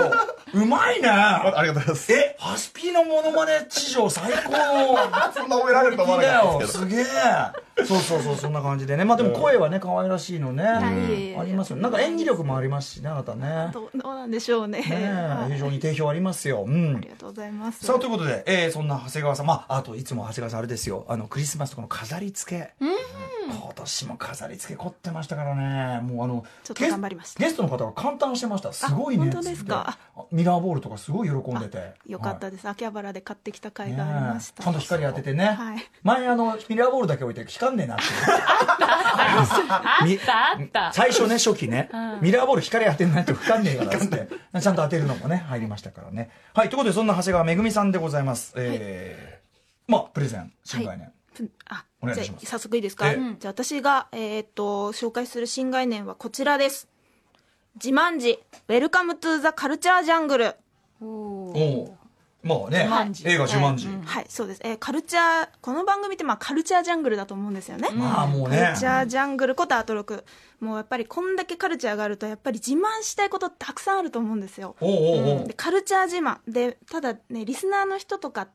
[SPEAKER 3] うまいね
[SPEAKER 5] ありがとうございま す。
[SPEAKER 3] えハスピーのモノマネ史上最高の
[SPEAKER 5] そんな褒められると思わな
[SPEAKER 3] だ
[SPEAKER 5] かった
[SPEAKER 3] よ
[SPEAKER 5] ですけど。
[SPEAKER 3] すげえそうそうそうそんな感じでねまあでも声はね可愛らしいのねありますよねなんか演技力もありますしねあなたね
[SPEAKER 1] どうどうなんでしょうね。
[SPEAKER 3] ね
[SPEAKER 1] はい
[SPEAKER 3] え非常に定評ありますよう
[SPEAKER 1] あ
[SPEAKER 3] ん
[SPEAKER 1] りがとうございます。
[SPEAKER 3] さあということで、えーそんな長谷川さんまああといつも長谷川さんあれですよあのクリスマスとかの飾り付け今年も飾り付け凝ってましたからねもうあの
[SPEAKER 1] ちょっと頑張りました
[SPEAKER 3] ゲストの方が感嘆してましたすごいね
[SPEAKER 1] あ本当ですか
[SPEAKER 3] つってミラーボールとかすごい喜んでて
[SPEAKER 1] よかっ
[SPEAKER 3] は
[SPEAKER 1] たです。秋葉原で買ってきた
[SPEAKER 3] い
[SPEAKER 1] 会がありまし
[SPEAKER 3] ねえ
[SPEAKER 1] た。
[SPEAKER 3] ちゃんと光当ててね、
[SPEAKER 1] はい
[SPEAKER 3] 前あのミラーボールだけ置いて光んねえなって
[SPEAKER 4] あったあった。
[SPEAKER 3] 最初ね初期ね、ミラーボール光当てないと光んねえからっつって ちゃんと当てるのもね入りましたからねはいということでそんな長谷川めぐみさんでございます、えーまあプレゼン新概念、
[SPEAKER 1] あ
[SPEAKER 3] お願い
[SPEAKER 1] じゃ
[SPEAKER 3] します
[SPEAKER 1] あ早速いいですか、
[SPEAKER 3] ええ
[SPEAKER 1] じゃあ私が、えーっと紹介する新概念はこちらです「自慢自ウェルカムトゥーザカルチャージャングル」
[SPEAKER 3] おうまあね
[SPEAKER 1] 万字
[SPEAKER 3] 映画「十万字」
[SPEAKER 1] はいそうです、えーカルチャーこの番組ってまあカルチャージャングルだと思うんですよね、
[SPEAKER 3] まあもう
[SPEAKER 1] カ
[SPEAKER 3] ね
[SPEAKER 1] ルチャージャングルことアトロクもうやっぱりこんだけカルチャーがあるとやっぱり自慢したいことたくさんあると思うんですよ
[SPEAKER 3] おうおうおう
[SPEAKER 1] でカルチャー自慢でただねリスナーの人とかっ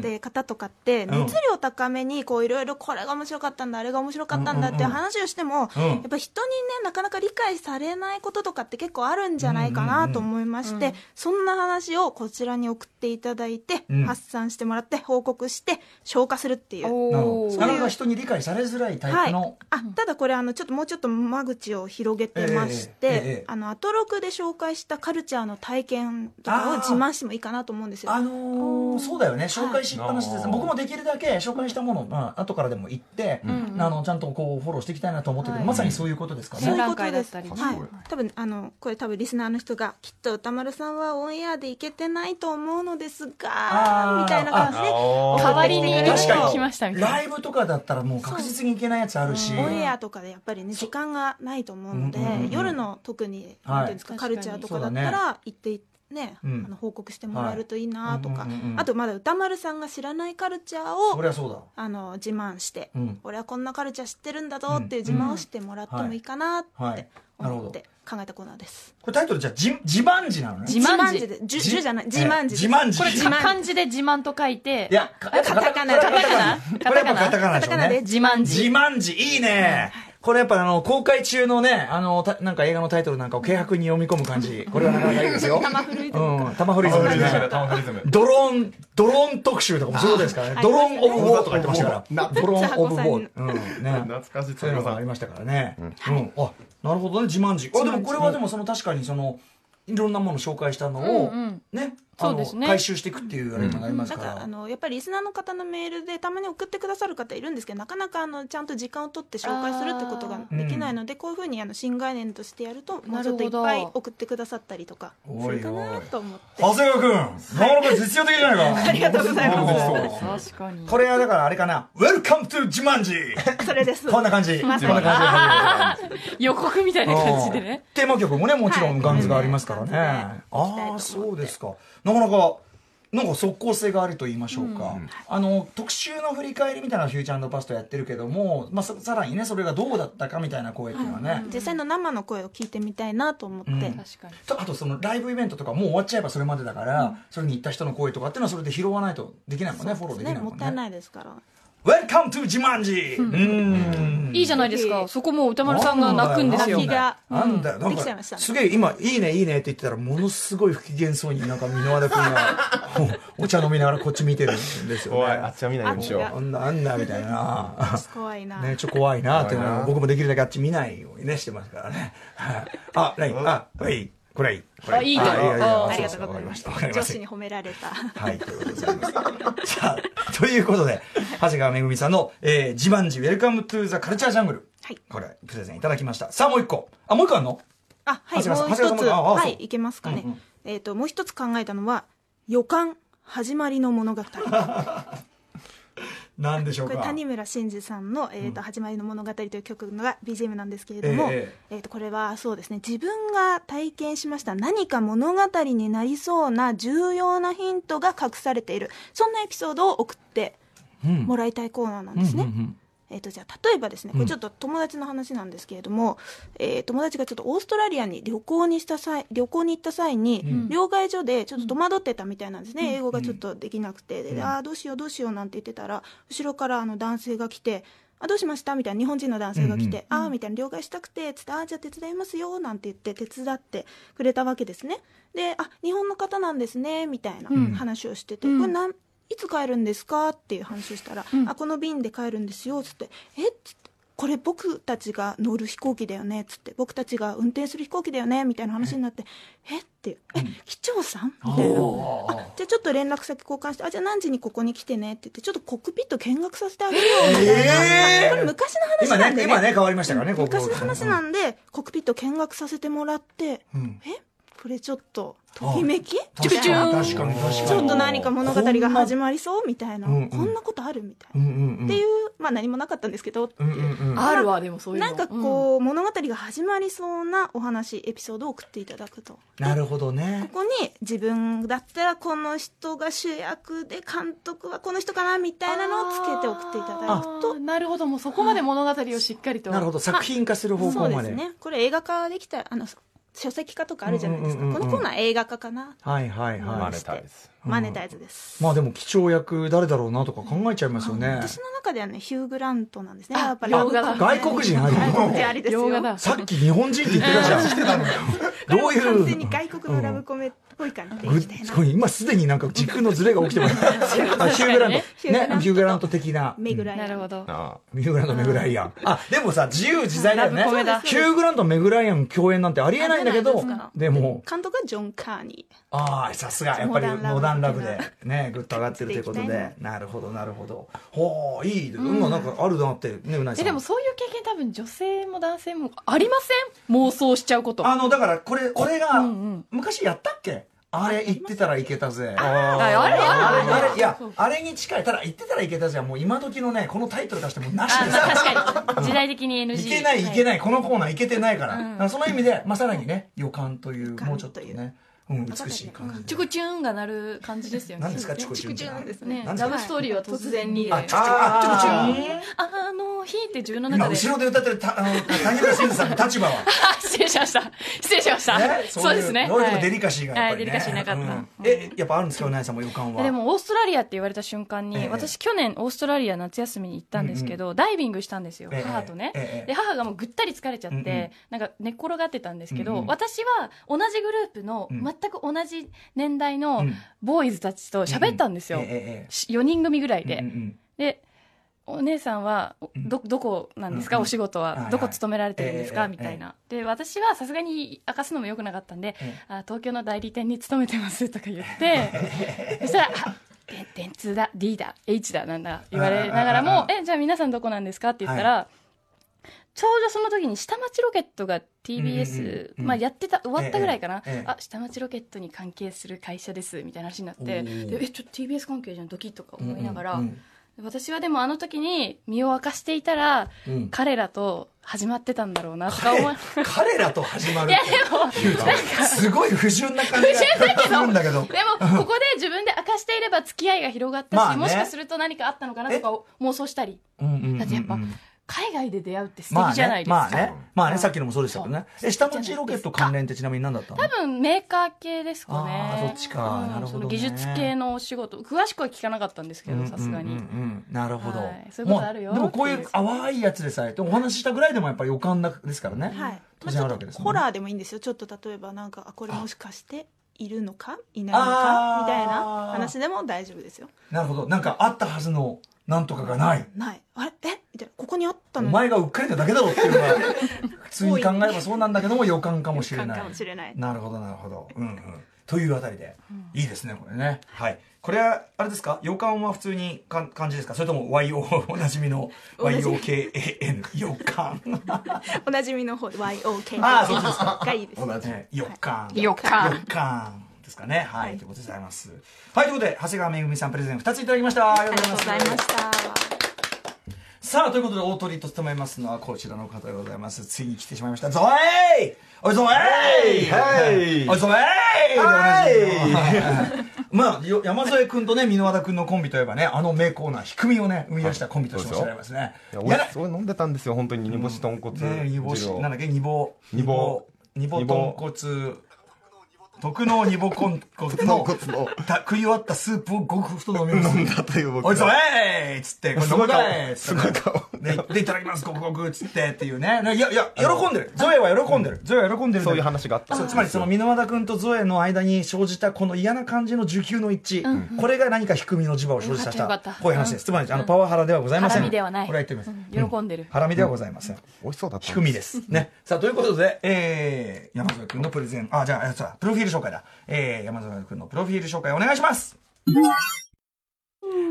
[SPEAKER 1] て方とかって
[SPEAKER 3] うん
[SPEAKER 1] 熱量高めにこういろいろこれが面白かったんだあれが面白かったんだっていう話をしても
[SPEAKER 3] うん
[SPEAKER 1] やっぱ人にねなかなか理解されないこととかって結構あるんじゃないかなと思いましてそんな話をこちらに送っていただいて
[SPEAKER 3] うん
[SPEAKER 1] 発散してもらって報告して消化するっていう。
[SPEAKER 3] なるほど
[SPEAKER 4] ー
[SPEAKER 3] なかなか人に理解されづらいタイプの、
[SPEAKER 1] はい、あただこれあのちょっともうちょっと間口を広げてまして、
[SPEAKER 3] ええええええ
[SPEAKER 1] あのアトロクで紹介したカルチャーの体験とかを自慢してもいいかなと思うんですよ
[SPEAKER 3] あのーそうだよね紹介しっぱなしです
[SPEAKER 5] あー
[SPEAKER 3] 僕もできるだけ紹介したものを、まあ後からでも行って、あのちゃんとこうフォローしていきたいなと思ってる、
[SPEAKER 4] はい
[SPEAKER 3] まさにそういうことですか
[SPEAKER 1] そ
[SPEAKER 4] 展
[SPEAKER 1] う
[SPEAKER 3] ね、
[SPEAKER 1] いう
[SPEAKER 4] 覧
[SPEAKER 1] こと
[SPEAKER 4] 会だ
[SPEAKER 1] で
[SPEAKER 4] っ
[SPEAKER 1] す、
[SPEAKER 4] た
[SPEAKER 1] はい
[SPEAKER 4] り
[SPEAKER 5] ね、
[SPEAKER 1] 多分あのこれ多分リスナーの人がきっと歌丸さんはオンエアでいけてないと思うのです
[SPEAKER 3] あ
[SPEAKER 1] が
[SPEAKER 3] ー
[SPEAKER 1] みたいな感じで
[SPEAKER 4] 代わりに
[SPEAKER 1] 確
[SPEAKER 3] 確か
[SPEAKER 4] 来ましたみ
[SPEAKER 3] に
[SPEAKER 4] たいな
[SPEAKER 3] ライブとかだったらもう確実に行けないやつあるし、
[SPEAKER 1] オンエアとかでやっぱりね時間がないと思うので、
[SPEAKER 3] うんうんうんうん
[SPEAKER 1] 夜の特に、
[SPEAKER 3] はい
[SPEAKER 1] なんていうんですかカルチャーとかだった
[SPEAKER 3] そうだ
[SPEAKER 1] ら行ってね、
[SPEAKER 3] うん
[SPEAKER 1] あの報告してもらえるといいなとか、
[SPEAKER 3] はいうんうんうん
[SPEAKER 1] あとまだ歌丸さんが知らないカルチャー
[SPEAKER 3] そ
[SPEAKER 1] を
[SPEAKER 3] りゃそうだ
[SPEAKER 1] あの自慢して、
[SPEAKER 3] うん
[SPEAKER 1] 俺はこんなカルチャー知ってるんだぞっていう自慢をしてもらってもいいかなっ
[SPEAKER 3] うんうんは
[SPEAKER 1] て
[SPEAKER 3] いなるほ
[SPEAKER 1] 思
[SPEAKER 3] ど
[SPEAKER 1] って考えたコーナーです。
[SPEAKER 3] これタイトルじゃあじ自慢字なのね
[SPEAKER 4] 自慢字
[SPEAKER 1] でじゅじゅじゃない自慢字
[SPEAKER 3] ええ自慢字
[SPEAKER 4] これ
[SPEAKER 1] 自慢
[SPEAKER 4] 漢字で自慢と書いて
[SPEAKER 3] いやかやっぱ
[SPEAKER 1] カタカナ
[SPEAKER 3] これは
[SPEAKER 4] カタ
[SPEAKER 3] こ
[SPEAKER 4] カナ
[SPEAKER 3] れはやっぱカタカナでしょう
[SPEAKER 1] カタカ
[SPEAKER 3] ね
[SPEAKER 1] ナで
[SPEAKER 4] 自慢
[SPEAKER 3] 自
[SPEAKER 4] 字
[SPEAKER 3] 慢字いいね、これやっぱあの公開中のねあのたなんか映画のタイトルなんかを軽薄に読み込む感じこれはなかなかいいですよ
[SPEAKER 1] 玉古いと
[SPEAKER 3] うん玉振りズムですね
[SPEAKER 5] タマリズム
[SPEAKER 3] ドローンドローン特集とかもそうですからねドローンオブウォーとか言ってましたからドローンオブウォーうんね
[SPEAKER 5] 懐かしい
[SPEAKER 3] そういうのがありましたからねうんあなるほどね自慢字あ
[SPEAKER 1] 慢
[SPEAKER 3] で
[SPEAKER 1] 字
[SPEAKER 3] もこれはでもその確かにそのいろんなものを紹介したのを
[SPEAKER 4] うんうん
[SPEAKER 3] ねあ
[SPEAKER 4] そう
[SPEAKER 3] の
[SPEAKER 4] ですね
[SPEAKER 3] 回収していくっていうあれにもなります
[SPEAKER 1] だ
[SPEAKER 3] か
[SPEAKER 1] からあ
[SPEAKER 3] ら
[SPEAKER 1] のやっぱりリスナーの方のメールでたまに送ってくださる方いるんですけどなかなかあのちゃんと時間を取って紹介するってことができないので、こういうふうにあの新概念としてやるともうちょっといっぱい送ってくださったりとかするかなと 思って
[SPEAKER 3] 長谷川君なかなか実用的じゃないか
[SPEAKER 1] ありがとうございます
[SPEAKER 4] 確かに
[SPEAKER 3] これはだからあれかな「Welcome to 自慢字
[SPEAKER 1] それです」
[SPEAKER 3] こんな感じこんな感じで
[SPEAKER 4] 予告みたいな感じでね
[SPEAKER 3] テーマ曲もねもちろ
[SPEAKER 1] は
[SPEAKER 3] ん
[SPEAKER 1] い
[SPEAKER 3] ガンズがありますからね、
[SPEAKER 1] ガンズで行きたいと
[SPEAKER 3] あ
[SPEAKER 1] 思
[SPEAKER 3] あ
[SPEAKER 1] って
[SPEAKER 3] そうですかなかなかなんか即効性があると言いましょうか、あの特集の振り返りみたいなフューチャーパストやってるけども、まあ、ささらにねそれがどうだったかみたいな声っていうのはね、
[SPEAKER 1] 実際の生の声を聞いてみたいなと思って、
[SPEAKER 3] うん
[SPEAKER 4] 確かに
[SPEAKER 3] とあとそのライブイベントとかもう終わっちゃえばそれまでだから、それに行った人の声とかっていうのはそれで拾わないとできないもんねフォローできな
[SPEAKER 1] ね
[SPEAKER 3] いも
[SPEAKER 1] も
[SPEAKER 3] ん
[SPEAKER 1] ったい
[SPEAKER 3] ね
[SPEAKER 1] ないですから
[SPEAKER 3] Welcome to 自慢寺うーん
[SPEAKER 4] いいじゃないですかそこもう歌丸さんが泣くんですよ
[SPEAKER 1] 泣きが
[SPEAKER 3] なんだよ、なん
[SPEAKER 1] できちゃい
[SPEAKER 3] か、
[SPEAKER 1] ました
[SPEAKER 3] すげえ今、いいね、いいねって言ってたら、ものすごい不機嫌そうになんか、箕輪田君が、おお茶飲みながらこっち見てるんですよ
[SPEAKER 5] おいあ
[SPEAKER 3] ね
[SPEAKER 5] っ。ちは見ないようにしよ
[SPEAKER 1] あ
[SPEAKER 5] う
[SPEAKER 3] あんな、あんな、みたいな。
[SPEAKER 1] 怖いな、
[SPEAKER 3] ね、ちょっと怖いなっていうの
[SPEAKER 5] 怖い
[SPEAKER 3] は
[SPEAKER 5] な
[SPEAKER 3] 僕もできるだけあっち見ないようにね、してますからね。はいあ、ない、あ、はい、これいい。これ
[SPEAKER 4] あいいと
[SPEAKER 3] あやや
[SPEAKER 4] あ
[SPEAKER 1] あり
[SPEAKER 3] そう
[SPEAKER 1] が
[SPEAKER 3] そ
[SPEAKER 1] と
[SPEAKER 3] うわか
[SPEAKER 1] うござい
[SPEAKER 3] り
[SPEAKER 1] ま
[SPEAKER 3] まし
[SPEAKER 1] す
[SPEAKER 3] た。わかり
[SPEAKER 1] 女
[SPEAKER 3] まし
[SPEAKER 1] 子
[SPEAKER 3] た
[SPEAKER 1] に。褒められた
[SPEAKER 3] はい、ということでございます。さあ、ということで、長谷川めぐみさんの、えー、自慢自ウェルカムトゥーザカルチャージャングル。
[SPEAKER 1] はい
[SPEAKER 3] これ、プレゼンいただきました。さあ、もう一個。あ、もう一個あんの
[SPEAKER 1] あは
[SPEAKER 3] 長谷
[SPEAKER 1] い
[SPEAKER 3] 川さ
[SPEAKER 1] も
[SPEAKER 3] ん
[SPEAKER 1] う
[SPEAKER 3] 長
[SPEAKER 1] 一
[SPEAKER 3] 谷川さん
[SPEAKER 1] つ
[SPEAKER 3] もああ
[SPEAKER 1] は
[SPEAKER 3] そ
[SPEAKER 1] いういけますかね、
[SPEAKER 3] うんうん
[SPEAKER 1] えっ、ともう一つ考えたのは予感始まりの物語こ
[SPEAKER 3] なんでしょうか。
[SPEAKER 1] れ谷村新司さんの「えーと始まりの物語」という曲が BGM なんですけれども、
[SPEAKER 3] え
[SPEAKER 1] えーとこれはそうですね自分が体験しました何か物語になりそうな重要なヒントが隠されているそんなエピソードを送ってもらいたいコーナーなんですね。えー、とじゃあ例えばですねこれちょっと友達の話なんですけれども、えー友達がちょっとオーストラリアに旅行にした際旅行に行った際に、両替所でちょっと戸惑ってたみたいなんですね、英語がちょっとできなくて、でああどうしようどうしようなんて言ってたら後ろからあの男性が来て。あどうしましたみたいな日本人の男性が来て、ああみたいな了解したくてつってああじゃあ手伝いますよなんて言って手伝ってくれたわけですねであ日本の方なんですねみたいな話をしてて、これなんいつ帰るんですかっていう話をしたら、あこの便で帰るんですよつってえっつってこれ僕たちが乗る飛行機だよねっつって僕たちが運転する飛行機だよねみたいな話になってえっていうえ機長さんみたいなあじゃあちょっと連絡先交換してあじゃあ何時にここに来てねって言ってちょっとコックピット見学させてあげるよみたいな、
[SPEAKER 3] えー
[SPEAKER 1] これ昔の
[SPEAKER 3] 今
[SPEAKER 1] 話なん
[SPEAKER 3] ね、
[SPEAKER 1] で
[SPEAKER 3] 今
[SPEAKER 1] ね
[SPEAKER 3] ね、変わりましたからね、ここ
[SPEAKER 1] 昔の話なんでコックピット見学させてもらって、
[SPEAKER 3] うん
[SPEAKER 1] えこれちょっとときめき
[SPEAKER 3] 確かに
[SPEAKER 4] チュチューン
[SPEAKER 3] 確かに、確かに。
[SPEAKER 1] ちょっと何か物語が始まりそうみたいな、
[SPEAKER 3] うんうん
[SPEAKER 1] こんなことあるみたい
[SPEAKER 3] うん
[SPEAKER 1] な、
[SPEAKER 3] うんうん。
[SPEAKER 1] っていうまあ何もなかったんですけどって
[SPEAKER 3] う
[SPEAKER 1] い
[SPEAKER 3] ん
[SPEAKER 1] う、
[SPEAKER 3] うんうん。
[SPEAKER 4] あるわでもそういうの
[SPEAKER 1] なんかこう、物語が始まりそうなお話エピソードを送っていただくと
[SPEAKER 3] なるほどね。
[SPEAKER 1] ここに自分だったらこの人が主役で監督はこの人かなみたいなのをつけて送っていただくと
[SPEAKER 4] あーなるほどもうそこまで物語をしっかりと
[SPEAKER 3] なるほど、作品化する方
[SPEAKER 1] そう
[SPEAKER 3] 向
[SPEAKER 1] で
[SPEAKER 3] ますで。
[SPEAKER 1] ねこれ映画化できたらあの書籍化とかあるじゃないですか、
[SPEAKER 3] うんうんうんうん
[SPEAKER 1] このコーナー映画化かな
[SPEAKER 3] はいはい
[SPEAKER 5] マ
[SPEAKER 3] は
[SPEAKER 5] ネタイズ
[SPEAKER 1] 真似たやつです。
[SPEAKER 3] まあでも、貴重役誰だろうなとか考えちゃいますよね。
[SPEAKER 1] 私の中ではね、ヒュー・グラントなんですね。やっぱり。
[SPEAKER 4] 洋画だ
[SPEAKER 3] 外国人あり
[SPEAKER 1] 外国人ありですよ。
[SPEAKER 4] 洋画だ
[SPEAKER 3] さっき日本人って言ってたじ ゃん。どうい
[SPEAKER 1] 完全
[SPEAKER 3] う
[SPEAKER 1] に。外国のラブコメっぽい感じで
[SPEAKER 3] ぐ
[SPEAKER 1] いきたい
[SPEAKER 3] す
[SPEAKER 1] な。
[SPEAKER 3] ごい今すでになんか時空のズレが起きて ます。あヒューグラント。ね、ヒ
[SPEAKER 1] ヒューグラントと
[SPEAKER 3] ューグラント的な。
[SPEAKER 1] めぐらい。
[SPEAKER 4] なるほど。
[SPEAKER 5] あ
[SPEAKER 3] ヒューグラント、メグライアン。あ、でもさ、自由自在だよね
[SPEAKER 4] ラブコメだ。
[SPEAKER 3] ヒューグラント、メグライアン共演なんてありえないんだけ
[SPEAKER 1] あり
[SPEAKER 3] ど
[SPEAKER 1] えないですか、
[SPEAKER 3] でも、
[SPEAKER 1] 監督はジョン・カーニー。
[SPEAKER 3] ああ、さすが、やっぱりモ
[SPEAKER 1] モ
[SPEAKER 3] ダ
[SPEAKER 1] ダ
[SPEAKER 3] ン
[SPEAKER 1] ン
[SPEAKER 3] ラ
[SPEAKER 1] ラ
[SPEAKER 3] ブ
[SPEAKER 1] ブ
[SPEAKER 3] で、ね、ぐっと上がってるということ
[SPEAKER 1] やってい
[SPEAKER 3] で、なるほど、なるほど。ほう、いい、うん、なんかあるなって、ね、うないさ
[SPEAKER 4] え
[SPEAKER 3] ん。
[SPEAKER 4] でもそういう経験多分女性も男性もありません妄想しちゃうこと
[SPEAKER 3] あの、だから、これ、これが
[SPEAKER 4] うんうん、
[SPEAKER 3] 昔やったっけあれ、言ってたらいけたぜ。
[SPEAKER 5] あ
[SPEAKER 4] あれあれ
[SPEAKER 3] あれ、
[SPEAKER 4] あれ
[SPEAKER 3] あれ、いや、あれに近い。ただ、言ってたらいけたぜは、もう今時のね、このタイトル出してもうなし
[SPEAKER 4] あ
[SPEAKER 3] です。
[SPEAKER 4] 確かに時代的に NG
[SPEAKER 3] いけない、いけない、このコーナーいけてないから。
[SPEAKER 4] うん
[SPEAKER 3] だからその意味で、まあ、さらにね、予感という、
[SPEAKER 1] 感
[SPEAKER 3] もうちょっとね、うん、美しい感じで。
[SPEAKER 4] チュクチューンが鳴る感じですよね
[SPEAKER 3] 何 ですか、チュクチュンって。
[SPEAKER 4] ね
[SPEAKER 3] 何です
[SPEAKER 4] ラ
[SPEAKER 3] か
[SPEAKER 4] ブストーリーは突然にで
[SPEAKER 3] あ、
[SPEAKER 4] あ
[SPEAKER 3] チュクチュン、あ、チュクチュン。
[SPEAKER 4] の日って17
[SPEAKER 3] 今、
[SPEAKER 4] 中で
[SPEAKER 3] 後ろで歌ってるた、あの、谷村新司さんの立場は。
[SPEAKER 4] あ 失礼しました失礼しました
[SPEAKER 3] ね
[SPEAKER 4] そうですね
[SPEAKER 3] どういうと
[SPEAKER 4] は
[SPEAKER 3] こデ
[SPEAKER 4] い
[SPEAKER 3] リカシーがやっぱりね。
[SPEAKER 4] はいデリカシーなかった
[SPEAKER 3] うんえ、やっぱあるんですか、お姉さんも予感は。
[SPEAKER 4] でもオーストラリアって言われた瞬間に、
[SPEAKER 3] ええ
[SPEAKER 4] 私去年オーストラリア夏休みに行ったんですけど、ダイビングしたんですよ、
[SPEAKER 3] ええ
[SPEAKER 4] 母とね、
[SPEAKER 3] ええ
[SPEAKER 4] で母がもうぐったり疲れちゃって、
[SPEAKER 3] うんうん
[SPEAKER 4] なんか寝っ転がってたんですけど、
[SPEAKER 3] うんうん
[SPEAKER 4] 私は同じグループの、
[SPEAKER 3] うん
[SPEAKER 4] 全く同じ年代
[SPEAKER 3] う
[SPEAKER 4] の
[SPEAKER 3] ん
[SPEAKER 4] ボーイズたちと喋ったんですよ、
[SPEAKER 3] えええ
[SPEAKER 4] 4人組ぐらい
[SPEAKER 3] え
[SPEAKER 4] で、
[SPEAKER 3] うんうん
[SPEAKER 4] でお姉さんはお
[SPEAKER 3] ん
[SPEAKER 4] どどこなんですか、
[SPEAKER 3] うんうん
[SPEAKER 4] お仕事は、
[SPEAKER 3] はいはい
[SPEAKER 4] どこ勤められてるんですか、
[SPEAKER 3] ええ
[SPEAKER 4] みたいな、で私はさすがに明かすのもよくなかったんで、
[SPEAKER 3] え
[SPEAKER 4] あ東京の代理店に勤めてますとか言って、 そしたら「あで電通だ D だ H だ」なんだ言われながら
[SPEAKER 3] あああ
[SPEAKER 4] も
[SPEAKER 3] あ
[SPEAKER 4] 「えじゃあ皆さんどこなんですか?」って言ったら、ちょうどその時に下町ロケットが TBS、
[SPEAKER 3] うんうんうん
[SPEAKER 4] まあ、やってた終わったぐらいかな、
[SPEAKER 3] ええええ
[SPEAKER 4] あ下町ロケットに関係する会社ですみたいな話になっ
[SPEAKER 3] お
[SPEAKER 4] て
[SPEAKER 3] ー
[SPEAKER 4] でえちょっと TBS 関係じゃんドキッとか
[SPEAKER 3] うんうん
[SPEAKER 4] 思いながら、
[SPEAKER 3] うん
[SPEAKER 4] 私はでもあの時に身を明かしていたら、
[SPEAKER 3] うん
[SPEAKER 4] 彼らと始まってたんだろうなとか思い
[SPEAKER 3] 彼らと始まる
[SPEAKER 4] いやでも
[SPEAKER 3] すごい不純な感じがするんだけど
[SPEAKER 4] でも、ここで自分で明かしていれば付き合いが広がったし、
[SPEAKER 3] まあね
[SPEAKER 4] もしかすると何かあったのかなとかを妄想したり。
[SPEAKER 3] うんうんうんうん
[SPEAKER 4] だってやっぱ、海外で出会うって素
[SPEAKER 3] まあ
[SPEAKER 4] 敵
[SPEAKER 3] ね
[SPEAKER 4] じゃないですか。
[SPEAKER 3] まあねまあねさっきのもそうでしたけどねえ下町ロケット関連ってちなみに何だったの
[SPEAKER 4] 多分メーカー系ですかね。
[SPEAKER 3] ああそっちか
[SPEAKER 4] うん
[SPEAKER 3] なるほどね
[SPEAKER 4] その技術系のお仕事。詳しくは聞かなかったんですけど、さすが
[SPEAKER 3] うんう
[SPEAKER 4] に
[SPEAKER 3] ん。うんうんなるほど
[SPEAKER 4] はいそういうことあるよ
[SPEAKER 3] もうでもこういう淡いやつでさえお話ししたぐらいでもやっぱ予感だですからね
[SPEAKER 1] はい。
[SPEAKER 3] 当然あるわけですもんね
[SPEAKER 1] ホラーでもいいんですよ。ちょっと例えばなんか、あ、これもしかして、いるのかいないの
[SPEAKER 3] あ
[SPEAKER 1] か
[SPEAKER 3] ー
[SPEAKER 1] みたいな話でも大丈夫ですよ。
[SPEAKER 3] なるほどなんかあったはずのなんとかがない
[SPEAKER 1] ない。あれえみたいな。ここにあった
[SPEAKER 3] お
[SPEAKER 1] の
[SPEAKER 3] 前がうっかりなだけだろっていうのは 普通に考えればそうなんだけども予感かもしれない
[SPEAKER 1] 予感かもしれない
[SPEAKER 3] なるほどなるほどうんうんというあたりで、いいですねこれねはいこれはあれですか予感は普通にかん感じですかそれとも YO おなじみの YOKAN 予 感
[SPEAKER 1] おなじみの方、YOK
[SPEAKER 3] あーそうですか
[SPEAKER 1] がいいです。
[SPEAKER 3] 同じね予感
[SPEAKER 4] よ
[SPEAKER 3] 予
[SPEAKER 4] か。
[SPEAKER 3] 感ですかねはい、ということでございますはいということで長谷川めぐみさんプレゼン2ついただきましたあり
[SPEAKER 1] あ
[SPEAKER 3] が
[SPEAKER 1] り
[SPEAKER 3] と
[SPEAKER 1] が
[SPEAKER 3] うご
[SPEAKER 1] とうご
[SPEAKER 3] ざい
[SPEAKER 1] ざい
[SPEAKER 3] ま
[SPEAKER 1] ますした。
[SPEAKER 3] さあ、ということで、大鳥と務めますのは、こちらの方でございます。ついに来てしまいました。ゾエイおいゾエイ
[SPEAKER 5] はい
[SPEAKER 3] おいゾエイ
[SPEAKER 5] はい
[SPEAKER 3] でおなじみの まあ、よ山添君とね、箕輪田君のコンビといえばね、あの名コーナー、低みをね、生み出したコンビとしても知られますね。
[SPEAKER 5] あいや
[SPEAKER 3] や
[SPEAKER 5] 俺
[SPEAKER 3] ら
[SPEAKER 5] すごい飲んでたんですよ本当に煮干し豚骨
[SPEAKER 3] ね煮干し、
[SPEAKER 5] 汁を
[SPEAKER 3] なんだっけ、煮ぼ、
[SPEAKER 5] 煮ぼ
[SPEAKER 3] 煮ぼ、煮
[SPEAKER 5] 煮
[SPEAKER 3] ぼ
[SPEAKER 5] ぼ
[SPEAKER 3] 豚骨、特納煮ぼ豚骨
[SPEAKER 5] 豚
[SPEAKER 3] の、
[SPEAKER 5] 骨の
[SPEAKER 3] た食い終わったスープをごくふと飲みます
[SPEAKER 5] 飲ん。だという僕
[SPEAKER 3] おいぞえいっつって、これ
[SPEAKER 5] す
[SPEAKER 3] 飲
[SPEAKER 5] ご
[SPEAKER 3] む
[SPEAKER 5] い顔
[SPEAKER 3] かいっつって
[SPEAKER 5] すごい顔
[SPEAKER 3] ね、 で、いただきます、ごくごくっつってっていうね。いや、いや、喜んでる。ゾエは喜んでる。ゾエは喜んでるんだけど。
[SPEAKER 5] そういう話があったん
[SPEAKER 3] そ
[SPEAKER 5] で
[SPEAKER 3] う
[SPEAKER 5] す
[SPEAKER 3] つまりその箕輪田君とゾエの間に生じたこの嫌な感じの需給の一致、これが何か低みの磁場を生じさせた
[SPEAKER 4] よかったよかった
[SPEAKER 3] こういう話です、つまりあのパワハラではございません
[SPEAKER 4] ハラミではない
[SPEAKER 3] これは言ってみます、
[SPEAKER 4] うん喜んでる
[SPEAKER 3] ハラミではございません、
[SPEAKER 5] 美味しそうだった
[SPEAKER 3] 低みです。ね。さあ、ということで、えー、山添君のプレゼン、あ、じゃあ、あそうだプロフィール紹介だ。えー、山添君のプロフィール紹介お願いします。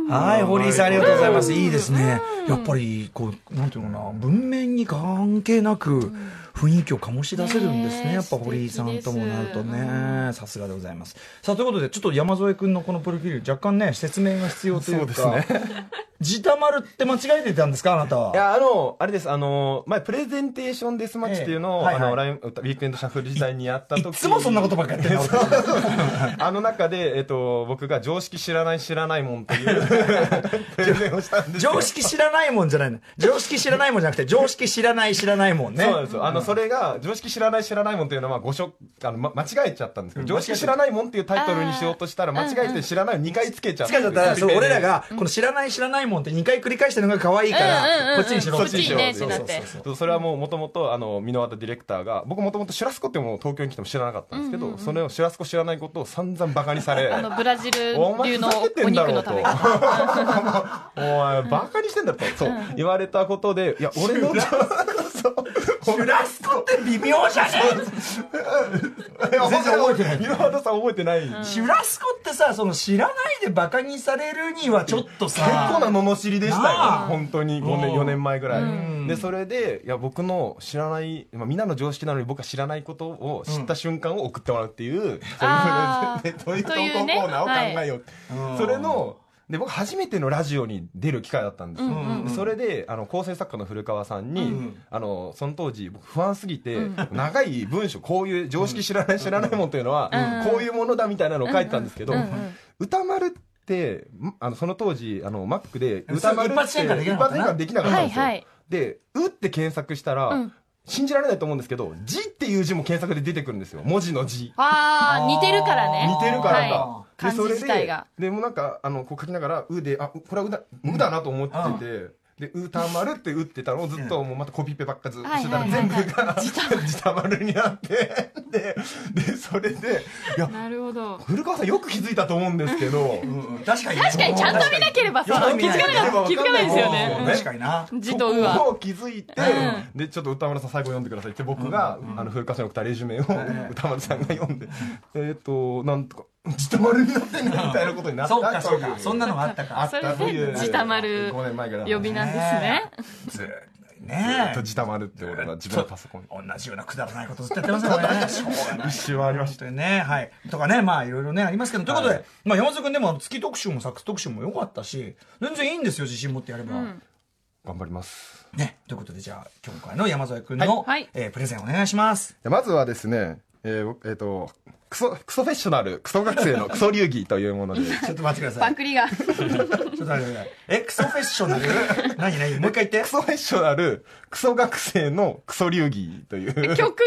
[SPEAKER 3] はい、堀井さんありがとうございます。いいですね。やっぱり、こう、なんていうのかな、文面に関係なく、雰囲気を醸し出せるんですね。
[SPEAKER 4] ねえ
[SPEAKER 3] やっぱ堀井さんともなると
[SPEAKER 4] 素敵
[SPEAKER 3] ね。さすがでございます。さあ、ということで、ちょっと山添君のこのプロフィール、若干ね、説明が必要というか。
[SPEAKER 5] そうですね
[SPEAKER 3] ジタマルって間違えてたんですかあなたは。
[SPEAKER 5] いや、あの、あれです、あの、前、プレゼンテーションデスマッチっていうのを、
[SPEAKER 3] ええはいはい
[SPEAKER 5] あの、ラインウィークエンドシャッフル時代にやった
[SPEAKER 3] い
[SPEAKER 5] 時
[SPEAKER 3] っつもそんなことばっかりやってるな俺
[SPEAKER 5] あの中で、えっと、僕が常識知らない知らないもんっていう プレゼンをしたんですよ
[SPEAKER 3] 常識知らないもんじゃないの。常識知らないもんじゃなくて、常識知らない知らないもんね。
[SPEAKER 5] そうなんですよ。あの、それが、常識知らない知らないもんっていうのは、ごしょ、あの、ま、間違えちゃったんですけど、常識知らないもんっていうタイトルにしようとしたら、間違えて知らないを2回つけちゃっ
[SPEAKER 3] つ
[SPEAKER 5] た。
[SPEAKER 3] けちゃったら、そう俺ら
[SPEAKER 5] が。
[SPEAKER 3] が、この知らない知らないもんって2回繰り返してるのが可愛いから、こっちにしろ
[SPEAKER 5] こっちにしろ
[SPEAKER 4] こっち
[SPEAKER 5] そ
[SPEAKER 4] に
[SPEAKER 5] う
[SPEAKER 4] ね
[SPEAKER 5] そ
[SPEAKER 4] っ
[SPEAKER 5] う
[SPEAKER 4] てなって。
[SPEAKER 5] そうそれはもうもともとあの箕輪田ディレクターが僕もともとシュラスコってもう東京に来ても知らなかったんですけど、それをシュラスコ知らないことを散々バカにされ
[SPEAKER 4] あの、ブラジル
[SPEAKER 5] お前
[SPEAKER 4] 流
[SPEAKER 5] ふ
[SPEAKER 4] の
[SPEAKER 5] ざけて
[SPEAKER 4] お
[SPEAKER 5] んだ
[SPEAKER 4] 肉の
[SPEAKER 5] ろうと。
[SPEAKER 4] 食
[SPEAKER 5] お
[SPEAKER 4] べ
[SPEAKER 5] 前、
[SPEAKER 4] 方。
[SPEAKER 5] バカにしてんだろと。そう、言われたことで、いや、俺の、そう。
[SPEAKER 3] シュラスコって微妙じゃね全然覚えてない
[SPEAKER 5] 箕輪田さん覚えてない。
[SPEAKER 3] えシュラスコってさ、その知らないでバカにされるにはちょっとさ、
[SPEAKER 5] 結構な罵りでしたよ
[SPEAKER 3] なあ
[SPEAKER 5] 本当に5年
[SPEAKER 3] うん
[SPEAKER 5] 4年前ぐらい、
[SPEAKER 3] うん
[SPEAKER 5] でそれでいや僕の知らない、まあ、みんなの常識なのに僕は知らないことを知った瞬間を送ってもらうっていう、そういう
[SPEAKER 4] あー
[SPEAKER 5] ねトイレット
[SPEAKER 4] というね
[SPEAKER 5] コーナーを考えよう、
[SPEAKER 3] うん
[SPEAKER 5] それので僕初めてのラジオに出る機会だったんですよ、
[SPEAKER 3] うん
[SPEAKER 5] でそれであの構成作家の古川さんに、
[SPEAKER 3] ん
[SPEAKER 5] あのその当時僕不安すぎて、長い文章こういう常識知らない知らないもんというのは、
[SPEAKER 4] うん
[SPEAKER 5] こういうものだみたいなのを書いてたんですけど、
[SPEAKER 4] うんうんうん
[SPEAKER 5] 歌丸ってんあのその当時あの Mac で
[SPEAKER 3] うん
[SPEAKER 5] 歌丸って
[SPEAKER 3] 一発転換できなかったな
[SPEAKER 5] 一発転換できなかったんですよ、
[SPEAKER 4] はいはい
[SPEAKER 5] で「う」って検索したら、
[SPEAKER 4] うん
[SPEAKER 5] 信じられないと思うんですけど「字」っていう字も検索で出てくるんですよ文字の字
[SPEAKER 4] あー、似てるからね。
[SPEAKER 5] 似てるからか、
[SPEAKER 4] は
[SPEAKER 5] で
[SPEAKER 4] 漢字
[SPEAKER 5] それ
[SPEAKER 4] 自体が
[SPEAKER 5] ででもなんかあのこう書きながら「う」で「あこれはうだ「う」だなと思ってて、で「うたまる」って打ってたのをずっともうまたコピペばっかずっとしてたら
[SPEAKER 4] はいはい
[SPEAKER 5] 全
[SPEAKER 4] はいはい
[SPEAKER 5] 部が自たまるになってででそれでいや
[SPEAKER 4] い。なるほど。
[SPEAKER 5] 古川さんよく気づいたと思うんですけ ど
[SPEAKER 3] うんうん確かに。
[SPEAKER 4] 確かにちゃんと見なければさ、
[SPEAKER 3] そう
[SPEAKER 4] 気づかなかった気づかないですよね
[SPEAKER 3] う
[SPEAKER 5] そ
[SPEAKER 3] ん
[SPEAKER 5] う。
[SPEAKER 3] 確かにな。
[SPEAKER 4] うん字
[SPEAKER 5] そ
[SPEAKER 4] と
[SPEAKER 5] こ
[SPEAKER 4] うは。
[SPEAKER 5] を気づいて、
[SPEAKER 4] う
[SPEAKER 5] でちょっと歌丸さん最後読んでくださいって僕が、あの古川さんに送ったレジュメを歌丸さんが読んで、えっ、となんとか「ちたまるになってんの?」みたいなことになった
[SPEAKER 3] そうかそう
[SPEAKER 5] とい
[SPEAKER 3] か。そんなのがあったか。
[SPEAKER 5] あっ
[SPEAKER 4] そ
[SPEAKER 5] たと
[SPEAKER 4] れ
[SPEAKER 5] い
[SPEAKER 4] で、
[SPEAKER 5] う
[SPEAKER 4] じたまる
[SPEAKER 5] 5年前ぐらい
[SPEAKER 4] 呼びなんですね。
[SPEAKER 3] ずーっと
[SPEAKER 5] ずっ
[SPEAKER 3] ね
[SPEAKER 5] とじたまるって俺が自分のパソコンに
[SPEAKER 3] 同じようなくだらないことずっとやってますよ ね。しょうがない
[SPEAKER 5] 一周回りまし
[SPEAKER 3] というね、はい。とかね、まあいろいろね、ありますけど、ということで、
[SPEAKER 5] はい
[SPEAKER 3] まあ山里君でもあの月特集も作特集も良かったし、全然いいんですよ、自信持ってやれば。
[SPEAKER 5] た頑張ります
[SPEAKER 3] ね。ということで、じゃあ今回の山添君の、
[SPEAKER 4] はいはい
[SPEAKER 3] えープレゼンお願いします。
[SPEAKER 5] でまずはですねえっ、僕えーとクソクソフェッショナルクソ学生のクソ流儀というもので
[SPEAKER 3] ちょっと待ってくださ
[SPEAKER 4] パ
[SPEAKER 3] い。ち
[SPEAKER 4] クリが。
[SPEAKER 3] ょっと待ってください。え、クソフェッショナル 何何もう一回言っ
[SPEAKER 5] ク
[SPEAKER 3] て。
[SPEAKER 5] ソフェッショナルクソ学生のクソ流儀という
[SPEAKER 4] 曲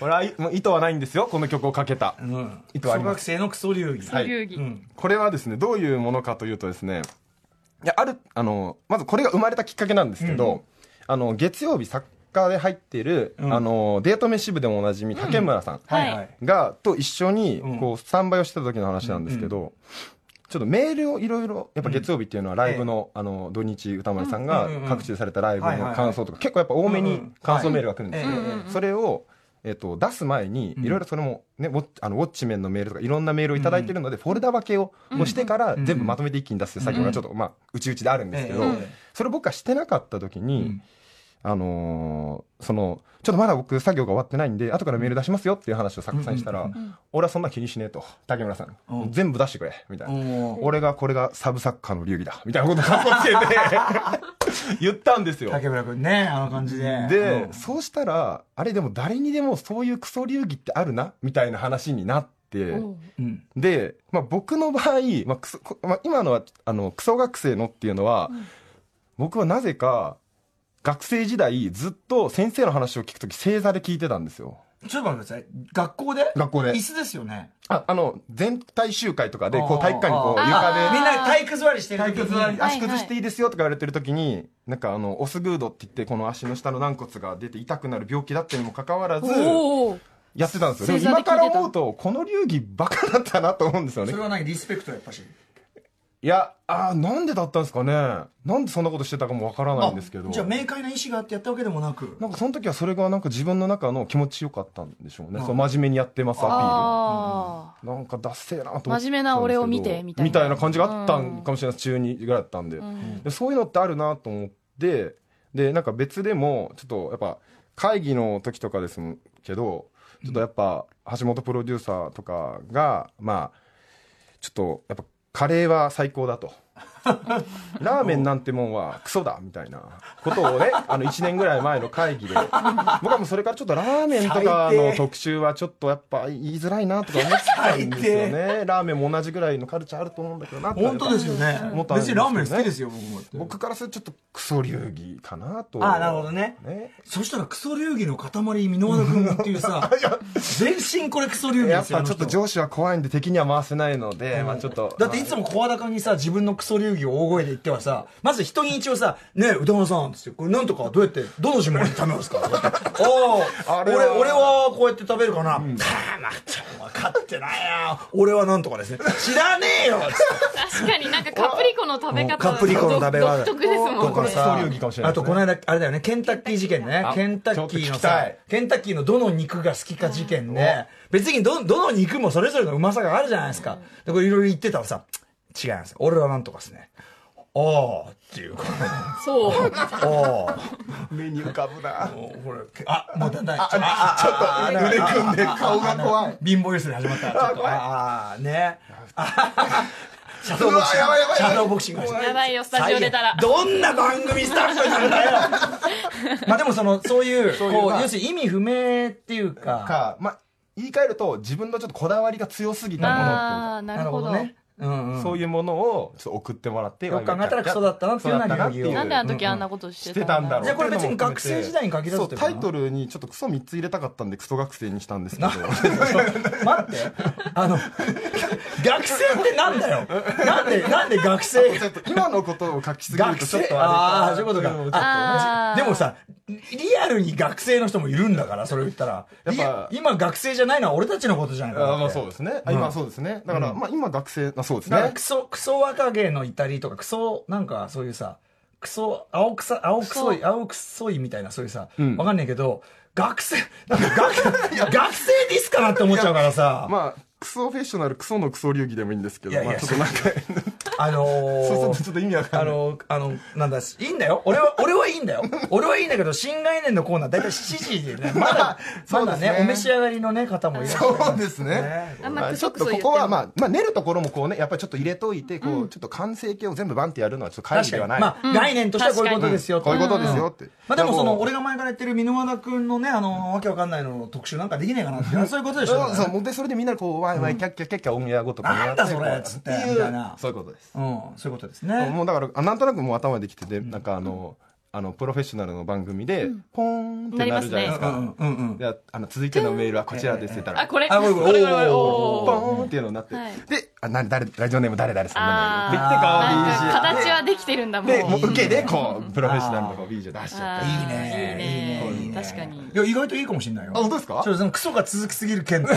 [SPEAKER 5] これはいもう意図はないんですよこの曲をかけた、
[SPEAKER 3] うん。
[SPEAKER 5] 意
[SPEAKER 3] ク
[SPEAKER 5] 図はあ
[SPEAKER 3] ソ
[SPEAKER 5] りま
[SPEAKER 3] 学
[SPEAKER 5] す
[SPEAKER 3] 生のクソ流儀。
[SPEAKER 4] が、
[SPEAKER 5] はい
[SPEAKER 4] 流儀
[SPEAKER 3] う。ん。
[SPEAKER 5] これはですねどういうものかというとですねいやあるあのまずこれが生まれたきっかけなんですけど、あの月曜日作家で入ってる、
[SPEAKER 3] うん
[SPEAKER 5] あのデート飯部でもおなじみ竹村さん
[SPEAKER 4] はい
[SPEAKER 3] はい。
[SPEAKER 5] が、と一緒に
[SPEAKER 3] うん
[SPEAKER 5] こうスタンバイをしてた時の話なんですけど、ちょっとメールをいろいろやっぱ月曜日っていうのはライブの,、あの土日歌丸さんが
[SPEAKER 3] うんうんうん
[SPEAKER 5] 各地でされたライブ
[SPEAKER 3] はいはいは
[SPEAKER 5] の
[SPEAKER 3] い
[SPEAKER 5] 感想とか結構やっぱ多め
[SPEAKER 3] うんう
[SPEAKER 5] に
[SPEAKER 3] ん
[SPEAKER 5] 感想メールが来るんですよ
[SPEAKER 3] ええ
[SPEAKER 5] それを、えっと出す前に
[SPEAKER 3] ん
[SPEAKER 5] いろいろそれも、ねウォッあのウォッチメンのメールとかいろんなメールを頂いただいてるので、フォルダ分けをもうしてから
[SPEAKER 3] ん
[SPEAKER 5] 全部まとめて一気に出すっていう作業がちょっと、まあうちうちであるんですけど、
[SPEAKER 3] ええ
[SPEAKER 5] それ僕はしてなかった時に、
[SPEAKER 3] うん
[SPEAKER 5] あのーそのちょっとまだ僕作業が終わってないんで後からメール出しますよっていう話を作家さんにしたら、俺はそんな気にしねえと竹村さん、
[SPEAKER 3] うん
[SPEAKER 5] 全部出してくれみたいな、
[SPEAKER 3] おー
[SPEAKER 5] 俺がこれがサブサッカーの流儀だみたいなことをかっこ つけて言ったんですよ
[SPEAKER 3] 竹村君ね、あの感じで。
[SPEAKER 5] で、
[SPEAKER 3] うん
[SPEAKER 5] そうしたらあれでも誰にでもそういうクソ流儀ってあるなみたいな話になって、
[SPEAKER 3] うん。
[SPEAKER 5] で、まあ、僕の場合、まあクソこまあ、今のはあのクソ学生のっていうのは、僕はなぜか学生時代ずっと先生の話を聞くとき正座で聞いてたんですよ
[SPEAKER 3] ちょっと待ってください。学校で
[SPEAKER 5] 学校で
[SPEAKER 3] 椅子ですよね。
[SPEAKER 5] ああの全体集会とかでこ
[SPEAKER 3] あ
[SPEAKER 5] う
[SPEAKER 3] ー
[SPEAKER 5] 体育館にこう
[SPEAKER 4] あー
[SPEAKER 5] 床で
[SPEAKER 4] あー
[SPEAKER 3] みんな体育座りしてる時
[SPEAKER 5] 体
[SPEAKER 3] に。
[SPEAKER 5] 育座り
[SPEAKER 4] はい
[SPEAKER 5] 足崩していいですよとか言われてる時になんかあのオスグードって言ってこの足の下の軟骨が出て痛くなる病気だってにもかかわらず
[SPEAKER 4] おお。
[SPEAKER 5] やってたんですよでも
[SPEAKER 4] 正座で聞
[SPEAKER 5] 今
[SPEAKER 4] いてた
[SPEAKER 5] から思うとこの流儀バカだったなと思うんですよね
[SPEAKER 3] それは何リスペクトやっぱし。
[SPEAKER 5] いやあーなんでだったんですかねなんでそんなことしてたかもわからないんですけど
[SPEAKER 3] じゃあ明快な意思があってやったわけでもなく。
[SPEAKER 5] なんかその時はそれがなんか自分の中の気持ちよかったんでしょうね、
[SPEAKER 3] うん
[SPEAKER 5] そう真面目にやってます
[SPEAKER 4] あ
[SPEAKER 5] アピールなんかダッセーなと思ってたんで
[SPEAKER 4] 真
[SPEAKER 5] すけど
[SPEAKER 4] 面目な俺を見てみたいな
[SPEAKER 5] 感じがあったんかもしれないです中2ぐらいだったんで,で、そういうのってあるなと思ってでなんか別でもちょっとやっぱ会議の時とかですけどちょっとやっぱ橋本プロデュー サーとかがまあちょっとやっぱカレーは最高だとラーメンなんてもんはクソだみたいなことをね、あの1年ぐらい前の 会議で、僕はもうそれからちょっとラーメンとか
[SPEAKER 7] 最
[SPEAKER 5] の
[SPEAKER 7] 低
[SPEAKER 5] 特集はちょっとやっぱ言いづらいなとか思ってたんですよね。ラーメンも同じぐらいのカルチャーあると思うんだけどなって
[SPEAKER 3] 本当ですよね
[SPEAKER 5] もっ。とあるんです
[SPEAKER 3] 別
[SPEAKER 5] け
[SPEAKER 3] にラー
[SPEAKER 5] どね
[SPEAKER 3] メン好きですよ、僕も。
[SPEAKER 5] 僕からするとちょっとクソ流儀かなと。
[SPEAKER 3] あーなるほどねそしたらクソ流儀の塊、箕輪田君っていう さ、全身これクソ流儀
[SPEAKER 5] や
[SPEAKER 3] で
[SPEAKER 5] っ
[SPEAKER 3] すよ、
[SPEAKER 5] ぱちょっと
[SPEAKER 3] あの人
[SPEAKER 5] 上司は怖いんで敵には回せないので、まあちょっと。
[SPEAKER 3] だっていつも声高にさ、自分のクソ流儀を大声で言ってはさ、まず人に一応さ、ねえ、歌丸さんっつって、これなんとかどうやって、どの順番に食べ ますかとかってああ、
[SPEAKER 5] あれ
[SPEAKER 3] 俺、
[SPEAKER 5] は
[SPEAKER 3] 俺はこうやって食べるかな。 た、また分かってないや。俺はなんとかですね。知らねえよつって
[SPEAKER 4] 確かになんかカプリコの食べ方
[SPEAKER 3] カプリコの食べ方
[SPEAKER 4] 独特ですも
[SPEAKER 5] と
[SPEAKER 4] ん
[SPEAKER 5] か
[SPEAKER 4] ね
[SPEAKER 5] さ、流儀かもしれな
[SPEAKER 3] あ
[SPEAKER 5] いです
[SPEAKER 3] と
[SPEAKER 5] ね
[SPEAKER 3] この間あれだよねケンタッキー事件ね
[SPEAKER 5] あ
[SPEAKER 3] ケンタッキーの
[SPEAKER 5] ちょっと聞きた
[SPEAKER 3] さ
[SPEAKER 5] い
[SPEAKER 3] ケンタッキーのどの肉が好きか事件ね別にどどの肉もそれぞれのうまさがあるじゃないですかでこれいろいろ言ってたらさ違います俺はなんとかですねああっていうこの
[SPEAKER 4] そう
[SPEAKER 3] ああ
[SPEAKER 5] 目に浮かぶな。
[SPEAKER 3] これあもうだんだん
[SPEAKER 5] ちょっと腕組んで顔が怖い。
[SPEAKER 3] 貧乏ゆすり始まったちょっとああねあシャドーボクシン
[SPEAKER 5] うわやばいやば
[SPEAKER 3] グ
[SPEAKER 5] い
[SPEAKER 3] シャドーボクシング
[SPEAKER 4] やばいよスタジオ出たら
[SPEAKER 3] どんな番組スタッフなんだよまあでもそのそういう
[SPEAKER 5] ういう
[SPEAKER 3] こ
[SPEAKER 5] ま
[SPEAKER 3] う
[SPEAKER 5] あ
[SPEAKER 3] 要するに意味不明っていうか
[SPEAKER 5] か、まあ、言い換えると自分のちょっとこだわりが強すぎたものっていうか
[SPEAKER 8] ああ、なるほど。
[SPEAKER 3] ねうんうん
[SPEAKER 5] そういうものをちょっと送ってもらって
[SPEAKER 3] よく考えたらクソだったなっていうような理由を
[SPEAKER 8] なんであの時あんなことして
[SPEAKER 5] してたんだろう
[SPEAKER 3] じゃあこれ別に学生時代に限らず
[SPEAKER 5] そ
[SPEAKER 3] っ
[SPEAKER 5] う
[SPEAKER 3] て
[SPEAKER 5] タイ
[SPEAKER 3] ル
[SPEAKER 5] トルにちょっとクソ3つ入れたかったんでクソ学生にしたんですけど
[SPEAKER 3] 待ってあの学生ってなんだよなんでなんで学生
[SPEAKER 5] ちょっと今のことを書きすぎる
[SPEAKER 3] 学
[SPEAKER 5] とちょっ
[SPEAKER 3] 生
[SPEAKER 5] と
[SPEAKER 3] ああ
[SPEAKER 5] あ
[SPEAKER 3] ーそ
[SPEAKER 5] れ
[SPEAKER 3] ういうことか
[SPEAKER 8] あー
[SPEAKER 3] でもさリアルに学生の人もいるんだからそれを言ったら
[SPEAKER 5] やっぱ
[SPEAKER 3] い今学生じゃないのは俺たちのことじゃないか
[SPEAKER 5] あ
[SPEAKER 3] な
[SPEAKER 5] ーまあそうですね、あ今はそうですねだから、まあ今学生あそうです
[SPEAKER 3] なんか
[SPEAKER 5] ね
[SPEAKER 3] クソ、クソ若気の至りとか、クソ、なんかそういうさ、クソ、青臭い、青臭い、青臭いみたいな、そういうさ、
[SPEAKER 5] ん
[SPEAKER 3] わかんないけど、学生、なんか学学生ディスかなって思っちゃうからさ、
[SPEAKER 5] まあクソフェッショナルクソのクソ流儀でもいいんですけど
[SPEAKER 3] いやいや
[SPEAKER 5] まあ、ちょっとなんか
[SPEAKER 3] あのー
[SPEAKER 5] そうするとちょっと意味わかん
[SPEAKER 3] あ
[SPEAKER 5] ない
[SPEAKER 3] の、あの、なんだ、いいんだよ。俺は、俺はいいんだよ。俺はいいんだけど、新概念のコーナー、だいたい7時でね、まだ、
[SPEAKER 5] そ
[SPEAKER 3] ま
[SPEAKER 5] うで
[SPEAKER 3] だ
[SPEAKER 5] す
[SPEAKER 3] ね
[SPEAKER 5] ね、
[SPEAKER 3] お召し上がりのね、方もいらっしゃる。
[SPEAKER 5] そうですね
[SPEAKER 8] あん
[SPEAKER 5] ま
[SPEAKER 8] ま
[SPEAKER 5] あ
[SPEAKER 8] ク
[SPEAKER 5] ちょ
[SPEAKER 8] ソ
[SPEAKER 5] っ
[SPEAKER 8] ク
[SPEAKER 5] と
[SPEAKER 8] ソ
[SPEAKER 5] こ
[SPEAKER 8] 言って
[SPEAKER 5] こ
[SPEAKER 8] も
[SPEAKER 5] は、まあ、まあ、練るところもこうね、やっぱりちょっと入れといて、こう、ちょっと完成形を全部バンってやるのは、ちょっと会議
[SPEAKER 3] 確か
[SPEAKER 5] では
[SPEAKER 3] に。
[SPEAKER 5] ない。
[SPEAKER 3] まあ、概念としてはこういうことですよ、
[SPEAKER 5] こういうことですよって。
[SPEAKER 3] まあでもその
[SPEAKER 5] だから
[SPEAKER 3] 俺が前から言ってる箕輪田君のねあのわけわかんないのの特集なんかできねえかなっていうそういうことでしょ
[SPEAKER 5] そうそうもうでそれでみんなでこうワイワイキャッキャッキャッキャオンエアごとか
[SPEAKER 3] なんだそれ
[SPEAKER 5] やって
[SPEAKER 3] つって
[SPEAKER 5] こう
[SPEAKER 3] みたいな
[SPEAKER 5] そういうことです
[SPEAKER 3] うんそういうことですね
[SPEAKER 5] もうだからあなんとなくもう頭できててなんかあのあのプロフェッショナルの番組でポーンってなるじゃないです
[SPEAKER 3] う
[SPEAKER 5] か
[SPEAKER 3] んうんうん
[SPEAKER 5] でああの続いてのメールはこちらですって言った
[SPEAKER 8] あ、
[SPEAKER 5] ら
[SPEAKER 8] これ。
[SPEAKER 3] あこれこれ
[SPEAKER 8] これこれ
[SPEAKER 5] ポ
[SPEAKER 8] おー
[SPEAKER 5] ーンっていうのになって
[SPEAKER 4] はい
[SPEAKER 5] であな誰ラジオネーム誰誰さん
[SPEAKER 4] あー
[SPEAKER 5] なのよ
[SPEAKER 4] なんか
[SPEAKER 5] できてかわいいし
[SPEAKER 4] 形はできてるんだもん
[SPEAKER 5] でもう受けでこうプロフェッショナルのこう BJ 出しちゃったり
[SPEAKER 4] あー
[SPEAKER 3] いいね
[SPEAKER 4] い
[SPEAKER 3] いい
[SPEAKER 4] い
[SPEAKER 3] ね
[SPEAKER 4] ね確かに
[SPEAKER 3] いや意外といいかもしれないよ
[SPEAKER 5] あ本当ですか
[SPEAKER 3] ちょっとそのクソが続きすぎる件と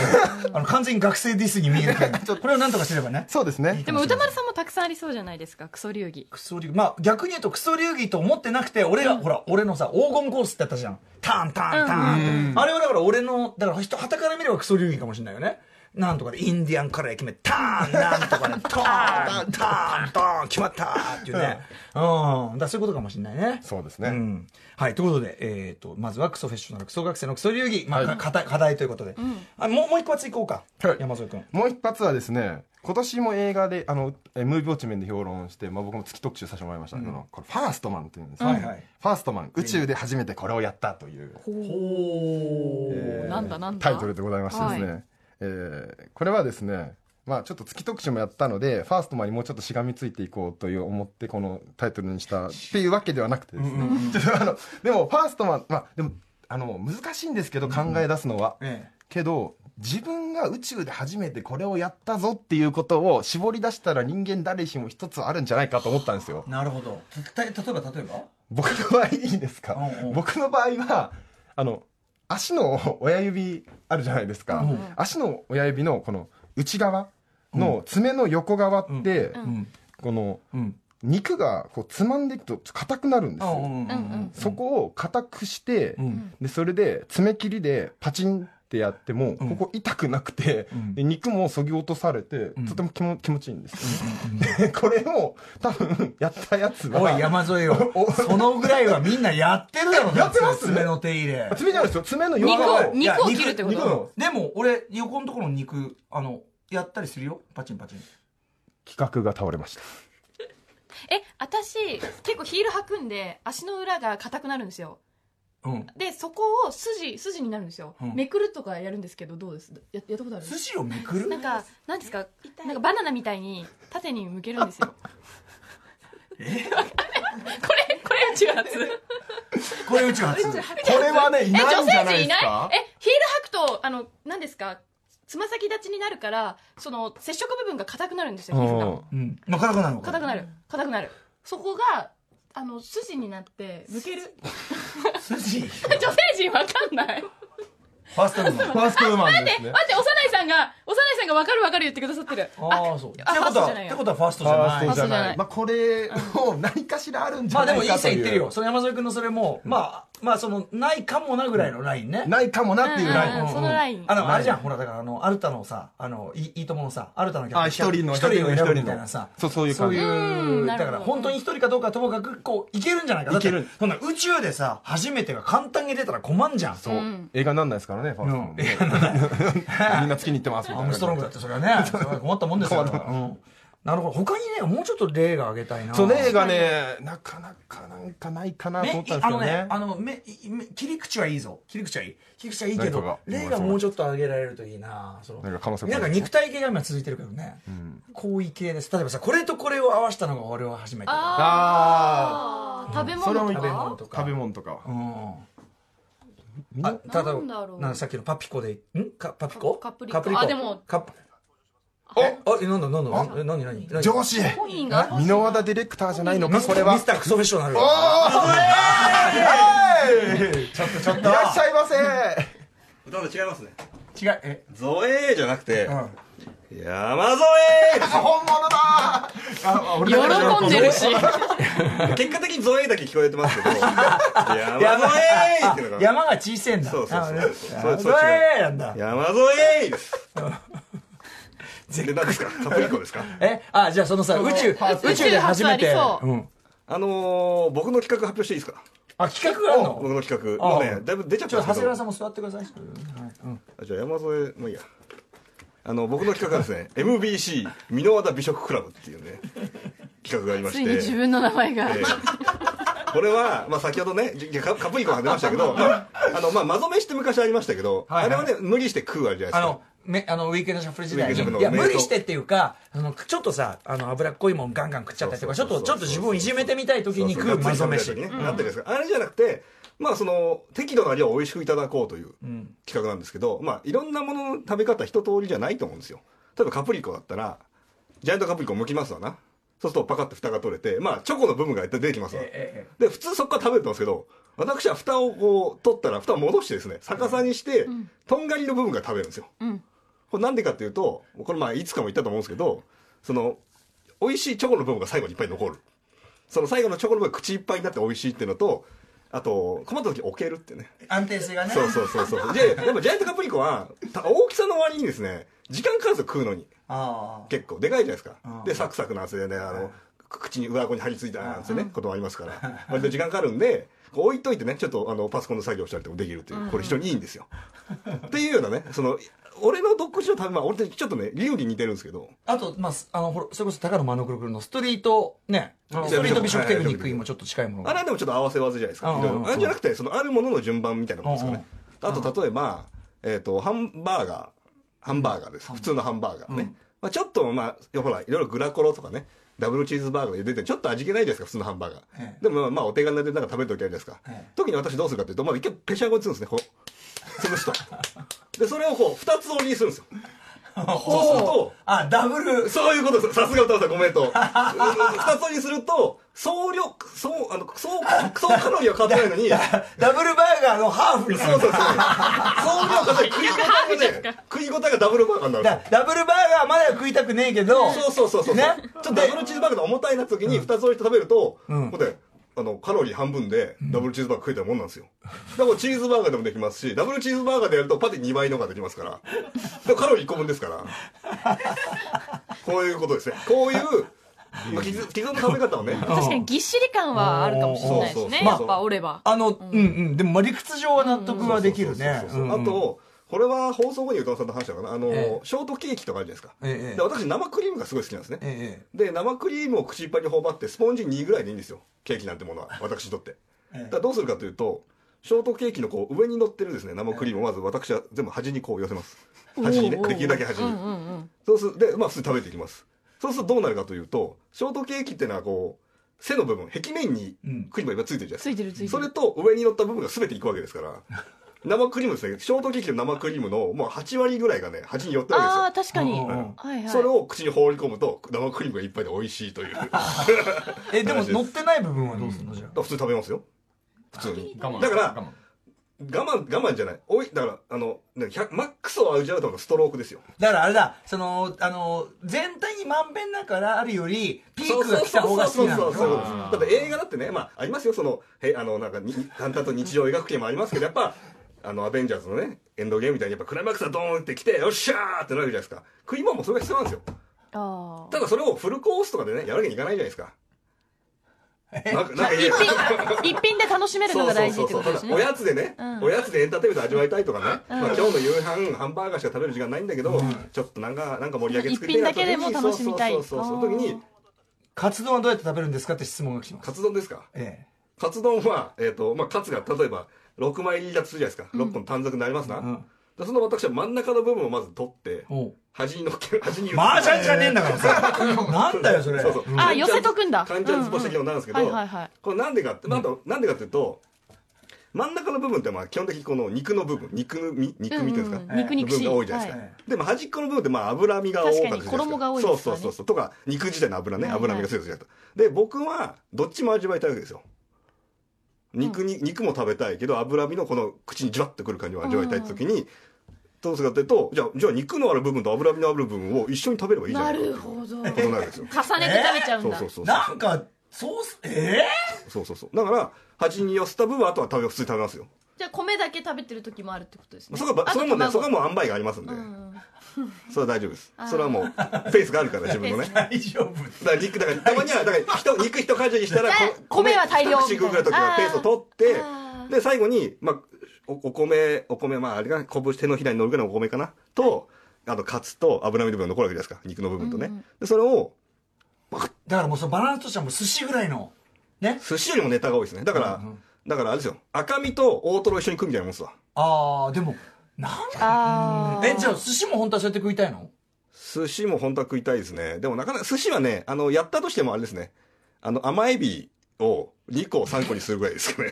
[SPEAKER 3] あの完全に学生ディスに見える件これをなんとかすればね
[SPEAKER 5] そうですね
[SPEAKER 4] でも歌丸さんもたくさんありそうじゃないですかクソ流儀
[SPEAKER 3] クソ流まあ逆に言うとクソ流儀と思ってなくて俺がほら俺のさ黄金コースってやったじゃんターンターンターンってあれはだから俺のだから人旗から見ればクソ流儀かもしれないよねなんとかでインディアンカレー決めターンなんとかねターンターンターン決まったっていうねうんだからそういうことかもしれないね
[SPEAKER 5] そうです
[SPEAKER 3] う
[SPEAKER 5] ね
[SPEAKER 3] ん、はいということで、えー、とまずはクソフェッショナルクソ学生のクソ流儀、まあ
[SPEAKER 5] はい
[SPEAKER 3] 課題課題ということで、あもうもう一個はついこうか、
[SPEAKER 5] はい
[SPEAKER 3] 山添君
[SPEAKER 5] もう一発はですね今年も映画であのえムービーウォッチメンで評論して、まあ、僕も月特集させてもらいましたけど、これ「ファーストマン」っていうんですよ、
[SPEAKER 3] はいはい
[SPEAKER 5] ファーストマン宇宙で初めてこれをやったという、えー
[SPEAKER 4] なんだなんだ
[SPEAKER 5] タイトルでございましてですね、
[SPEAKER 4] は
[SPEAKER 5] えーこれはですねまあちょっと月特集もやったのでファーストマンにもうちょっとしがみついていこうという思ってこのタイトルにしたっていうわけではなくてですね、ちょっ とあのでもファーストマンまあでもあの難しいんですけど考え出すのは、
[SPEAKER 3] え
[SPEAKER 5] けど自分が宇宙で初めてこれをやったぞっていうことを絞り出したら人間誰しも一つあるんじゃないかと思ったんですよ
[SPEAKER 3] えなるほどた例えば例えば
[SPEAKER 5] 僕の場合いいですか、
[SPEAKER 3] うんうん
[SPEAKER 5] 僕の場合はあの足の親指あるじゃないですか、
[SPEAKER 3] うん
[SPEAKER 5] 足の親指のこの内側の爪の横側って、
[SPEAKER 3] うん
[SPEAKER 5] この
[SPEAKER 3] うん
[SPEAKER 5] 肉がこうつまんでいくとちょっと硬くなるんですよ、
[SPEAKER 3] うんうん
[SPEAKER 5] そこを硬くして、
[SPEAKER 3] うん
[SPEAKER 5] でそれで爪切りでパチンってやっても、ここ痛くなくて、
[SPEAKER 3] ん
[SPEAKER 5] で肉もそぎ落とされて、とても気も気持ちいいんですよ、でこれを多分やったやつは
[SPEAKER 3] おい山添よ
[SPEAKER 5] お
[SPEAKER 3] そのぐらいはみんなやってるだろうな
[SPEAKER 5] やってます
[SPEAKER 3] 爪の手入れ
[SPEAKER 5] 爪じゃないですよ爪の横側を
[SPEAKER 8] 肉を切るってこと
[SPEAKER 3] いや肉肉でも俺横のところの肉あのやったりするよパチンパチン
[SPEAKER 5] 企画が倒れました
[SPEAKER 4] え、私、結構ヒール履くんで、足の裏が硬くなるんですよ。
[SPEAKER 3] うん。
[SPEAKER 4] で、そこを筋、筋になるんですよ。
[SPEAKER 3] うん
[SPEAKER 4] めくるとかやるんですけど、どうですややったことある
[SPEAKER 3] 筋をめくる
[SPEAKER 4] なんか、なんですか
[SPEAKER 9] 痛い
[SPEAKER 4] なんかバナナみたいに縦に向けるん ですよ。え これ、これうちは初。
[SPEAKER 3] これうちが初。
[SPEAKER 5] これはね、い
[SPEAKER 4] え、
[SPEAKER 5] ないん
[SPEAKER 4] 女
[SPEAKER 5] じゃ
[SPEAKER 4] 性
[SPEAKER 5] ないで
[SPEAKER 4] 陣い
[SPEAKER 5] す
[SPEAKER 4] ない
[SPEAKER 5] か
[SPEAKER 4] え、ヒール履くと、あの、何ですかつま先立ちになるから、その、接触部分が硬くなるんですよ、皮膚が。
[SPEAKER 3] うん。まあ、硬くなるのか。
[SPEAKER 4] 硬くなる。硬くなる。そこが、あの、筋になって、向 ける。
[SPEAKER 3] 筋。フ
[SPEAKER 4] 女性陣わかんない。
[SPEAKER 3] ァーストルーム。
[SPEAKER 5] ファーストウーマンで
[SPEAKER 4] 待っ
[SPEAKER 5] す
[SPEAKER 4] て、
[SPEAKER 5] ね
[SPEAKER 4] 待。って、幼いさんが、幼いさんがわかるわかる言ってくださってる。
[SPEAKER 3] ああ、そう。ってこ
[SPEAKER 4] あファー
[SPEAKER 3] と
[SPEAKER 4] スト
[SPEAKER 3] は、
[SPEAKER 4] じゃない
[SPEAKER 3] っ
[SPEAKER 4] よ
[SPEAKER 3] てことはファースト
[SPEAKER 5] フ
[SPEAKER 3] じゃ
[SPEAKER 5] ァー
[SPEAKER 3] な
[SPEAKER 5] スト
[SPEAKER 3] い。
[SPEAKER 4] ファー
[SPEAKER 5] じゃ
[SPEAKER 4] ストじゃな
[SPEAKER 5] ないい。まあ、これを何かしらあるんじ
[SPEAKER 3] ま
[SPEAKER 5] ゃ
[SPEAKER 3] あで
[SPEAKER 5] ない
[SPEAKER 3] もいい
[SPEAKER 5] かと
[SPEAKER 3] 線
[SPEAKER 5] い
[SPEAKER 3] いっ
[SPEAKER 5] う。
[SPEAKER 3] てるよ。その山添君のそれも、まあ、まあその、ないかもなぐらいのラインね。
[SPEAKER 5] ないかもなっていうライン。
[SPEAKER 4] うんうんうんそのライン。
[SPEAKER 3] あの、あれじゃん、ほら、だから、あの、アルタのさ、あの、いいいいとものさ、アルタの客
[SPEAKER 5] あ一人の
[SPEAKER 3] 一人を選
[SPEAKER 5] 一人の
[SPEAKER 3] ぶみたいなさ、
[SPEAKER 5] そうそういう感じ
[SPEAKER 3] そういう
[SPEAKER 4] うん
[SPEAKER 3] だか
[SPEAKER 4] なる
[SPEAKER 3] ら、
[SPEAKER 4] ほど
[SPEAKER 3] 本当に一人かどうかはともかく、こう、いけるんじゃないか。だって
[SPEAKER 5] いける
[SPEAKER 3] そんな宇宙でさ、初めてが簡単に出たら困んじゃん。そう。
[SPEAKER 5] 映画になんないですからね、ファーストウーマンね。みんな月に行ってますみた
[SPEAKER 3] アー
[SPEAKER 5] いな
[SPEAKER 3] ムストロングだって、それは ね、それは困ったもんですよ。う
[SPEAKER 5] 困った
[SPEAKER 3] んなるほど。他にね、もうちょっと例が挙げたいな。
[SPEAKER 5] そう、例がね、なかなかなんかないかなと
[SPEAKER 3] め
[SPEAKER 5] 思ったんです
[SPEAKER 3] あ
[SPEAKER 5] けど
[SPEAKER 3] のね
[SPEAKER 5] ね、。
[SPEAKER 3] あの、め、いめ切り口はいいぞ。切り口はいい。切り口はいいけ
[SPEAKER 5] 何
[SPEAKER 3] ど
[SPEAKER 5] か、が
[SPEAKER 3] 例がもうちょっと上げられるといいな。その
[SPEAKER 5] なんか可能性も
[SPEAKER 3] な
[SPEAKER 5] ある
[SPEAKER 3] んか肉体系が今続いてるけどね。行為系です。例えばさ、これとこれを合わせたのが俺は初めて。
[SPEAKER 5] あ
[SPEAKER 4] あー食べ
[SPEAKER 5] ーそれも
[SPEAKER 4] 物
[SPEAKER 5] いい
[SPEAKER 4] と
[SPEAKER 3] 食べ物
[SPEAKER 4] か
[SPEAKER 3] とか。
[SPEAKER 5] 食べ物とか。
[SPEAKER 3] うん。
[SPEAKER 5] みん
[SPEAKER 3] あ、
[SPEAKER 5] な
[SPEAKER 3] ただ、
[SPEAKER 4] なんだろう
[SPEAKER 3] なんかさっきのパピコで、んかパピコ
[SPEAKER 4] カプリコ
[SPEAKER 3] カプリコ。
[SPEAKER 4] あでも
[SPEAKER 3] カプえ、あ、え、なんだ、なんだ、え、なになに
[SPEAKER 5] 上司
[SPEAKER 4] コインが
[SPEAKER 5] 箕輪田ディレクターじゃないのか、
[SPEAKER 3] ミス
[SPEAKER 5] これは
[SPEAKER 3] ミス。タークソフェッショナル。
[SPEAKER 5] ちょっとちょっと。いらっしゃいませ。
[SPEAKER 10] 歌の違いますね
[SPEAKER 3] 違う、え、
[SPEAKER 10] ゾエーじゃなくて、山
[SPEAKER 5] 本物だ。
[SPEAKER 4] 喜んでるし。
[SPEAKER 10] 添結果的にゾエーだけ聞こえてますけど山添ーっていうのが
[SPEAKER 3] 山が小さいんだ。
[SPEAKER 10] そうそうそう
[SPEAKER 3] あ
[SPEAKER 10] それそれ違う
[SPEAKER 3] えーなんだ。
[SPEAKER 10] 山添ーです全然何ですかカプリコですか
[SPEAKER 3] え、あ、じゃあそのさ、宇宙、宇宙で初め
[SPEAKER 4] 宇
[SPEAKER 3] て。
[SPEAKER 4] 宙初ありそ
[SPEAKER 3] うん
[SPEAKER 10] あのー、僕の企画発表していいですか
[SPEAKER 3] あ、企画があるの
[SPEAKER 10] 僕の企画もう
[SPEAKER 3] ああ
[SPEAKER 10] ねだいぶ出ちゃっ
[SPEAKER 3] ちょ
[SPEAKER 10] た
[SPEAKER 3] っと長
[SPEAKER 10] んですけど
[SPEAKER 3] 谷川さんも座ってください。
[SPEAKER 10] あじゃあ山添もういいやあの僕の企画はです ね MBC 箕輪田美食クラブっていうね企画がありま
[SPEAKER 4] つ
[SPEAKER 10] して
[SPEAKER 4] いに自分の名前 が。
[SPEAKER 10] ええこれは、まあ、先ほどねじカカプリコが出ましたけど、まああのまあ、まぞ飯って昔ありましたけど、
[SPEAKER 3] はいは
[SPEAKER 10] あ
[SPEAKER 3] い
[SPEAKER 10] れはね無理して食うあれじゃな
[SPEAKER 3] あ
[SPEAKER 10] いです
[SPEAKER 3] の、め、あの、ウィークエンドシャッフル時代
[SPEAKER 10] ウィークエンド
[SPEAKER 3] に。い
[SPEAKER 10] シャッフ
[SPEAKER 3] や、
[SPEAKER 10] ルの
[SPEAKER 3] 無理してっていうか、あの、ちょっとさ、あの、脂っこいもんガンガン食っちゃったりとか、ちょっと、ちょっと自分をいじめてみたい時
[SPEAKER 10] か
[SPEAKER 3] に食うまぞ飯。
[SPEAKER 10] にね、なってるんですがあれじゃなくてまあその適度な量を美味しくいただこうという企画なんですけど、まあいろんなものの食べ方一通りじゃないと思うんですよ例えばカプリコだったらジャイアントカプリコ剥きますわなそうするとパカッと蓋が取れてまあチョコの部分が出てきますわ、で普通そこから食べてますけど私は蓋をこう取ったら蓋を戻してですね逆さにして、とんがりの部分が食べるんですよ、これなんでかっていうとこれまあいつかも言ったと思うんですけどその美味しいチョコの部分が最後にいっぱい残るその最後のチョコの部分が口いっぱいになって美味しいっていうのとあと困った時置けるっていうね
[SPEAKER 3] 安定性がね。
[SPEAKER 10] そうそうそうそうででもジャイアントカプリコはた大きさの割にですね時間かかるんですよ食うのに
[SPEAKER 3] あ
[SPEAKER 10] 結構でかいじゃないですか、
[SPEAKER 3] うん
[SPEAKER 10] でサクサクなんですよねあの、く口に上顎に張り付いたなんてね、 こともありますから割と時間かかるんでこう置いといてねちょっとあのパソコンの作業したりとかできるっていうこれ非常にいいんですよ、っていうようなねその俺の独自の食べまあ俺とちょっとね理由に似てるんですけど
[SPEAKER 3] あ。あと、まあ、すあの、ほら、それこそ高野マノクロ君のストリート、ね、ストリート美食テクニックにもちょっと近いもの
[SPEAKER 10] あれ
[SPEAKER 3] が。
[SPEAKER 10] はでもちょっと合わせ技じゃないです
[SPEAKER 3] う
[SPEAKER 10] か
[SPEAKER 3] ん
[SPEAKER 10] い
[SPEAKER 3] う
[SPEAKER 10] ろい
[SPEAKER 3] んうん
[SPEAKER 10] ろあれじゃなくてそのあるものの順番みたいなものですかねあと例えば、えー、とハンバーガーハンバーガーです普通のハンバーガーね、まあ、ちょっとまあほらいろいろグラコロとかねダブルチーズバーガーで出てちょっと味気ないじゃないですか普通のハンバーガー、
[SPEAKER 3] ええ
[SPEAKER 10] でもまあまあお手軽でなんか食べるときあるじゃないですか、
[SPEAKER 3] ええ
[SPEAKER 10] 特に私どうするかというとまあ一回ペシャンコにするんですねこう潰す とでそれをこう二つ折りにするんですよそうすると
[SPEAKER 3] あ、ダブル。
[SPEAKER 10] そういうことです。さすが歌丸さん、コメント。うん二つにすると、総量、総、あの、総、総カロリーは変わってないのに、
[SPEAKER 3] ダブルバーガーのハーフにす
[SPEAKER 10] そう
[SPEAKER 3] る
[SPEAKER 10] そうそう。総量変わってない食い応えがね、食い応えがダブルバーガーになるんですよ
[SPEAKER 3] だダブルバーガーまでは食いたくねえけど、
[SPEAKER 10] そうそうそうそう。
[SPEAKER 3] ね
[SPEAKER 10] ちょっとダブルチーズバーガーの重たいな時に2つ置いて食べると、ここで、あの、カロリー半分でダブルチーズバーガー食えたもんなんですよ。だからチーズバーガーでもできますし、ダブルチーズバーガーでやるとパティ2倍のができますから。でもカロリー1個分ですから。こういうことですね。こういう、まあ既存既存の食べ方をね。
[SPEAKER 4] 確かにぎっしり感はあるかもしれないですね。
[SPEAKER 10] そうそうそう
[SPEAKER 4] やっぱ折れば。
[SPEAKER 3] あの、うんうん。でも、まあ、理屈上は納得はできるね。
[SPEAKER 10] そうそうそうそうあと、これは放送後に歌尾さんと話したかなあの、
[SPEAKER 3] ええ
[SPEAKER 10] ショートケーキとかあるじゃないですか、
[SPEAKER 3] ええ
[SPEAKER 10] で私生クリームがすごい好きなんですね、
[SPEAKER 3] え
[SPEAKER 10] で生クリームを口いっぱいに頬張ってスポンジ2ぐらいでいいんですよケーキなんてものは私にとって、
[SPEAKER 3] ええ
[SPEAKER 10] だからどうするかというとショートケーキのこう上に乗ってるですね生クリームをまず私は全部端にこう寄せます端にねできるだけ端に、そうするでまあ普通に食べていきますそうするとどうなるかというとショートケーキってのはこう背の部分壁面に
[SPEAKER 3] うん
[SPEAKER 10] クリームがいっぱいついてるじゃないですか、
[SPEAKER 11] ついてるついてる
[SPEAKER 10] それと上に乗った部分が全ていくわけですから生クリームですねショートケーキの生クリームのもう8割ぐらいがね端に寄ってるわけです
[SPEAKER 11] あ
[SPEAKER 10] よ
[SPEAKER 11] あ確かに、
[SPEAKER 3] うんうん
[SPEAKER 11] はいはい
[SPEAKER 10] それを口に放り込むと生クリームがいっぱいで美味しいというだか
[SPEAKER 3] ええでも乗ってない部分はどうするのじゃあ
[SPEAKER 10] ら普通に食べますよ普通に
[SPEAKER 12] 我慢
[SPEAKER 10] だから
[SPEAKER 12] 我慢
[SPEAKER 10] 我慢我慢じゃないおいだからあのね100マックスを味わうとのストロークですよ
[SPEAKER 3] だからあれだそのあの全体にまんべんなからあるよりピークが来た方が好きなん
[SPEAKER 10] そう
[SPEAKER 3] だ
[SPEAKER 10] そうそうそう
[SPEAKER 3] よ
[SPEAKER 10] だって映画だってねまあありますよそのへあのなんかに淡々と日常を描く系もありますけどやっぱあのアベンジャーズのねエンドゲームみたいにやっぱクライマックスがドーンってきてよっしゃーってなるじゃないですか食い物もそれが必要なんですよ
[SPEAKER 4] あ
[SPEAKER 10] ただそれをフルコースとかでねやるわけにいかないじゃないですかなんかなんかいや
[SPEAKER 4] 一品で楽しめるのが大事ってことです
[SPEAKER 10] そうそうそうそうただお
[SPEAKER 4] ね
[SPEAKER 10] やつでね、おやつでエンターテインメント味わいたいとかね、まあ、今日の夕飯ハンバーガーしか食べる時間ないんだけど、ちょっとなんかなんか盛り上げ作りたいな
[SPEAKER 4] 一品だけでも楽しみたい
[SPEAKER 10] そうそうそうそうその時に
[SPEAKER 3] カツ丼はどうやって食べるんですかって質問が来てます
[SPEAKER 10] カツ丼ですか
[SPEAKER 3] え
[SPEAKER 10] カツ丼は、えーとまあ、カツが例えば6枚入りだとするじゃないですか、6本短冊になりますな、
[SPEAKER 3] えうん
[SPEAKER 10] でその私は真ん中の部分をまず取って
[SPEAKER 3] おう
[SPEAKER 10] 端にのっけ端に
[SPEAKER 3] マージャンじゃねえんだから さなんだよそれ
[SPEAKER 10] そうそう
[SPEAKER 4] あ寄せとくんだ
[SPEAKER 10] カンチャンズボシ的なのになるんですけど、
[SPEAKER 4] はいはいはい
[SPEAKER 10] これなんでかって、なんだなんでかっていうと、真ん中の部分ってまあ基本的にこの肉の部分、肉のみ、肉みっていうんですか、
[SPEAKER 4] 肉肉しい
[SPEAKER 10] 部分が多いじゃないですか。
[SPEAKER 3] はい
[SPEAKER 10] でも端っこの部分ってまあ脂身が多かったりするじゃな
[SPEAKER 4] 確かに衣が多い
[SPEAKER 10] でか
[SPEAKER 4] ですす
[SPEAKER 10] そう
[SPEAKER 4] よね
[SPEAKER 10] そうそうそうとか肉自体の脂ね、
[SPEAKER 4] はいはい
[SPEAKER 10] 脂身が強いですで僕はどっちも味わいたいわけですよ肉に、肉も食べたいけど脂身のこの口にジュワッとくる感じを味わいたい時にどうするかというとじゃあじゃあ肉のある部分と脂身のある部分を一緒に食べればいいじゃないかっていう
[SPEAKER 4] ど
[SPEAKER 10] ことになるんですよ
[SPEAKER 4] 重ねて食べちゃうん
[SPEAKER 10] そう
[SPEAKER 4] だ
[SPEAKER 10] そうそうそう
[SPEAKER 3] なんかソースえ
[SPEAKER 10] そうそうそう。だから、端に寄せた分は、あとは食べ、普通に食べますよ。
[SPEAKER 13] じゃあ米だけ食べてる時もあるってことですね
[SPEAKER 10] そこは、それもね、そこはもう塩梅がありますんで。それは大丈夫です。それはもう、フェイスがあるから、自分のね。
[SPEAKER 3] ー
[SPEAKER 10] だ
[SPEAKER 3] 大丈夫
[SPEAKER 10] から肉、だから、たまには、だ から、人、肉一かじりにしたら、こ
[SPEAKER 4] 米は大量
[SPEAKER 10] 一口ぐらいの時はペースを取って、で、最後に、まあ、おお米、お米、まあ、あれかな、拳手のひらに乗るぐらいのお米かな、と、あと、カツと脂身の部分が残るわけじゃないですか。肉の部分とね。で、それを、
[SPEAKER 3] だからもうそのバランスとしてはもう寿司ぐらいのね
[SPEAKER 10] 寿司よりもネタが多いですね。だから、だからあれですよ。赤身と大トロ一緒に食うみたいなもんですわ。
[SPEAKER 3] ああでもなん
[SPEAKER 4] あ
[SPEAKER 3] えじゃあ寿司も本当はそうやって食いたいの
[SPEAKER 10] 寿司も本当は食いたいですね。でもなかなか、寿司はね、あの、やったとしてもあれですね。あの、甘エビを2個3個にするぐらいです かね。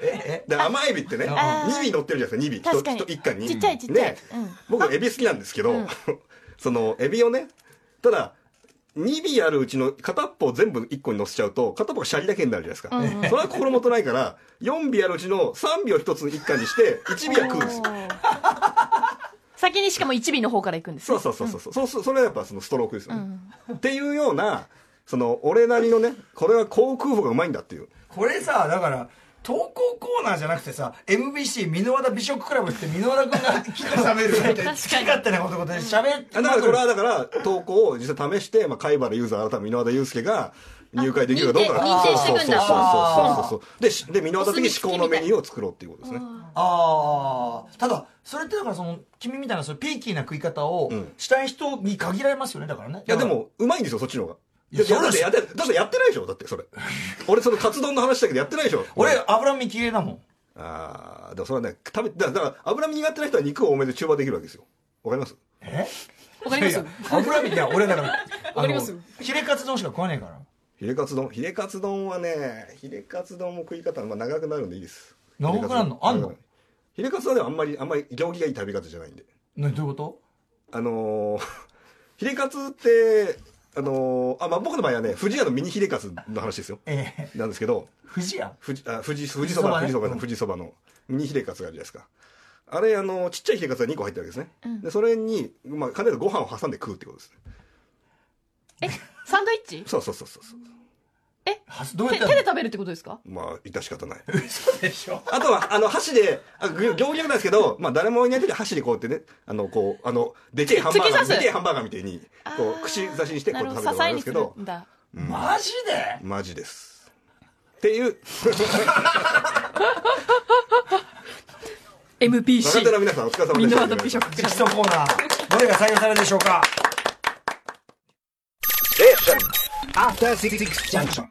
[SPEAKER 3] え
[SPEAKER 10] で、甘エビってね、
[SPEAKER 3] あ
[SPEAKER 10] 2尾乗ってるじゃないですか、2尾。
[SPEAKER 4] 確かに
[SPEAKER 10] 1貫に。
[SPEAKER 4] ちっちゃいちっちゃい
[SPEAKER 10] ね僕、エビ好きなんですけど、 その、エビをね、ただ、2尾あるうちの片っぽを全部1個に乗せちゃうと、片っぽがシャリだけになるじゃないですか。それは心もとないから、4尾あるうちの3尾を1つの1貫にして、1尾は食うんですよ。
[SPEAKER 4] 先にしかも一尾の方から行くんです
[SPEAKER 10] そう
[SPEAKER 4] ね
[SPEAKER 10] そうそうそうそう、そうそれはやっぱそのストロークですよね、っていうようなその俺なりのねこれは航空法がうまいんだっていう
[SPEAKER 3] これさだから投稿コーナーじゃなくてさ MBC 箕輪田美食クラブって箕輪田君が来て喋るって好き勝手なことで喋っ
[SPEAKER 10] あ
[SPEAKER 3] て
[SPEAKER 10] だからこれはだから投稿を実際試して、まあ、貝原ユーザー改め箕輪田祐介が入会できるかどうか
[SPEAKER 13] あ認定認定していくんだ
[SPEAKER 10] そうそうそうそうそうそうでしで箕輪田的に至高のメニューを作ろうっていうことですね
[SPEAKER 3] ああただそれってだからその君みたいなそのピーキーな食い方を
[SPEAKER 10] ん
[SPEAKER 3] したい人に限られますよねだからね
[SPEAKER 10] いやでもうまいんですよそっちの方が
[SPEAKER 3] い
[SPEAKER 10] だ
[SPEAKER 3] や
[SPEAKER 10] って
[SPEAKER 3] そう
[SPEAKER 10] だって
[SPEAKER 3] で
[SPEAKER 10] やっ
[SPEAKER 3] す
[SPEAKER 10] てだってやってないでしょだってそれ俺そのカツ丼の話だけどやってないでしょ
[SPEAKER 3] 俺脂身綺麗だもん
[SPEAKER 10] ああでもそれはね食べだからだから脂身苦手な人は肉を多めで中和できるわけですよわかります
[SPEAKER 3] え
[SPEAKER 13] わかりま
[SPEAKER 3] いや
[SPEAKER 13] す
[SPEAKER 3] いや脂身いや俺だからあ
[SPEAKER 13] かりま
[SPEAKER 3] の
[SPEAKER 13] す
[SPEAKER 3] ヒレカツ丼しか食わねえから
[SPEAKER 10] ヒレカツ丼ヒレカツ丼はねヒレカツ丼も食い方、まあ、長くなるんでいいです
[SPEAKER 3] 長くなるのあんの
[SPEAKER 10] ヒレカツ丼はでもあんまりあんまり行儀がいい食べ方じゃないんで
[SPEAKER 3] などういうこと
[SPEAKER 10] あのー ヒレカツってあのーあ、まあ、僕の場合はね富士屋のミニヒレカツの話ですよ
[SPEAKER 3] ええ
[SPEAKER 10] なんですけど
[SPEAKER 3] 不二家
[SPEAKER 10] 富士あ富士富士そば
[SPEAKER 3] 富
[SPEAKER 10] 富士
[SPEAKER 3] 士そ
[SPEAKER 10] そ
[SPEAKER 3] ば
[SPEAKER 10] ば
[SPEAKER 3] ね
[SPEAKER 10] の富士そばのミニヒレカツがあるじゃないですかあれあのーちっちゃいヒレカツが2個入ってるわけですね、でそれに、まあ、かなりご飯を挟んで食うってことですね
[SPEAKER 4] サンドイッチ
[SPEAKER 10] そうそうそうそうそう
[SPEAKER 3] はどうや
[SPEAKER 4] 手
[SPEAKER 3] って
[SPEAKER 4] 手
[SPEAKER 3] や
[SPEAKER 4] で
[SPEAKER 3] る
[SPEAKER 4] 食べるってことですか
[SPEAKER 10] まあ致し方ない
[SPEAKER 3] の嘘でしょ
[SPEAKER 10] あとは、あの、箸で、あ行儀悪いですけど、まあ、誰もいない時は箸でこうやってね、あの、こう、あの、でけえハンバーガ
[SPEAKER 4] 突き刺
[SPEAKER 10] ー、
[SPEAKER 4] す
[SPEAKER 10] でけえハンバーガーみたいに、こう、口差しにして、こう
[SPEAKER 4] な
[SPEAKER 10] や
[SPEAKER 4] る
[SPEAKER 10] っ
[SPEAKER 4] ほ
[SPEAKER 10] て
[SPEAKER 4] ど
[SPEAKER 10] 食べ
[SPEAKER 4] 支
[SPEAKER 10] てもら
[SPEAKER 4] え
[SPEAKER 10] うんですけ
[SPEAKER 4] にす
[SPEAKER 10] ど、
[SPEAKER 4] るんだ
[SPEAKER 3] マジで
[SPEAKER 10] マジです。っていう、 若手
[SPEAKER 4] MPC
[SPEAKER 10] の皆さんお疲れ様でした
[SPEAKER 4] みんなまた美食クラ
[SPEAKER 3] 直
[SPEAKER 4] ブ
[SPEAKER 3] 送コーナーどれが採用されるでしょうか
[SPEAKER 14] After Six Junction.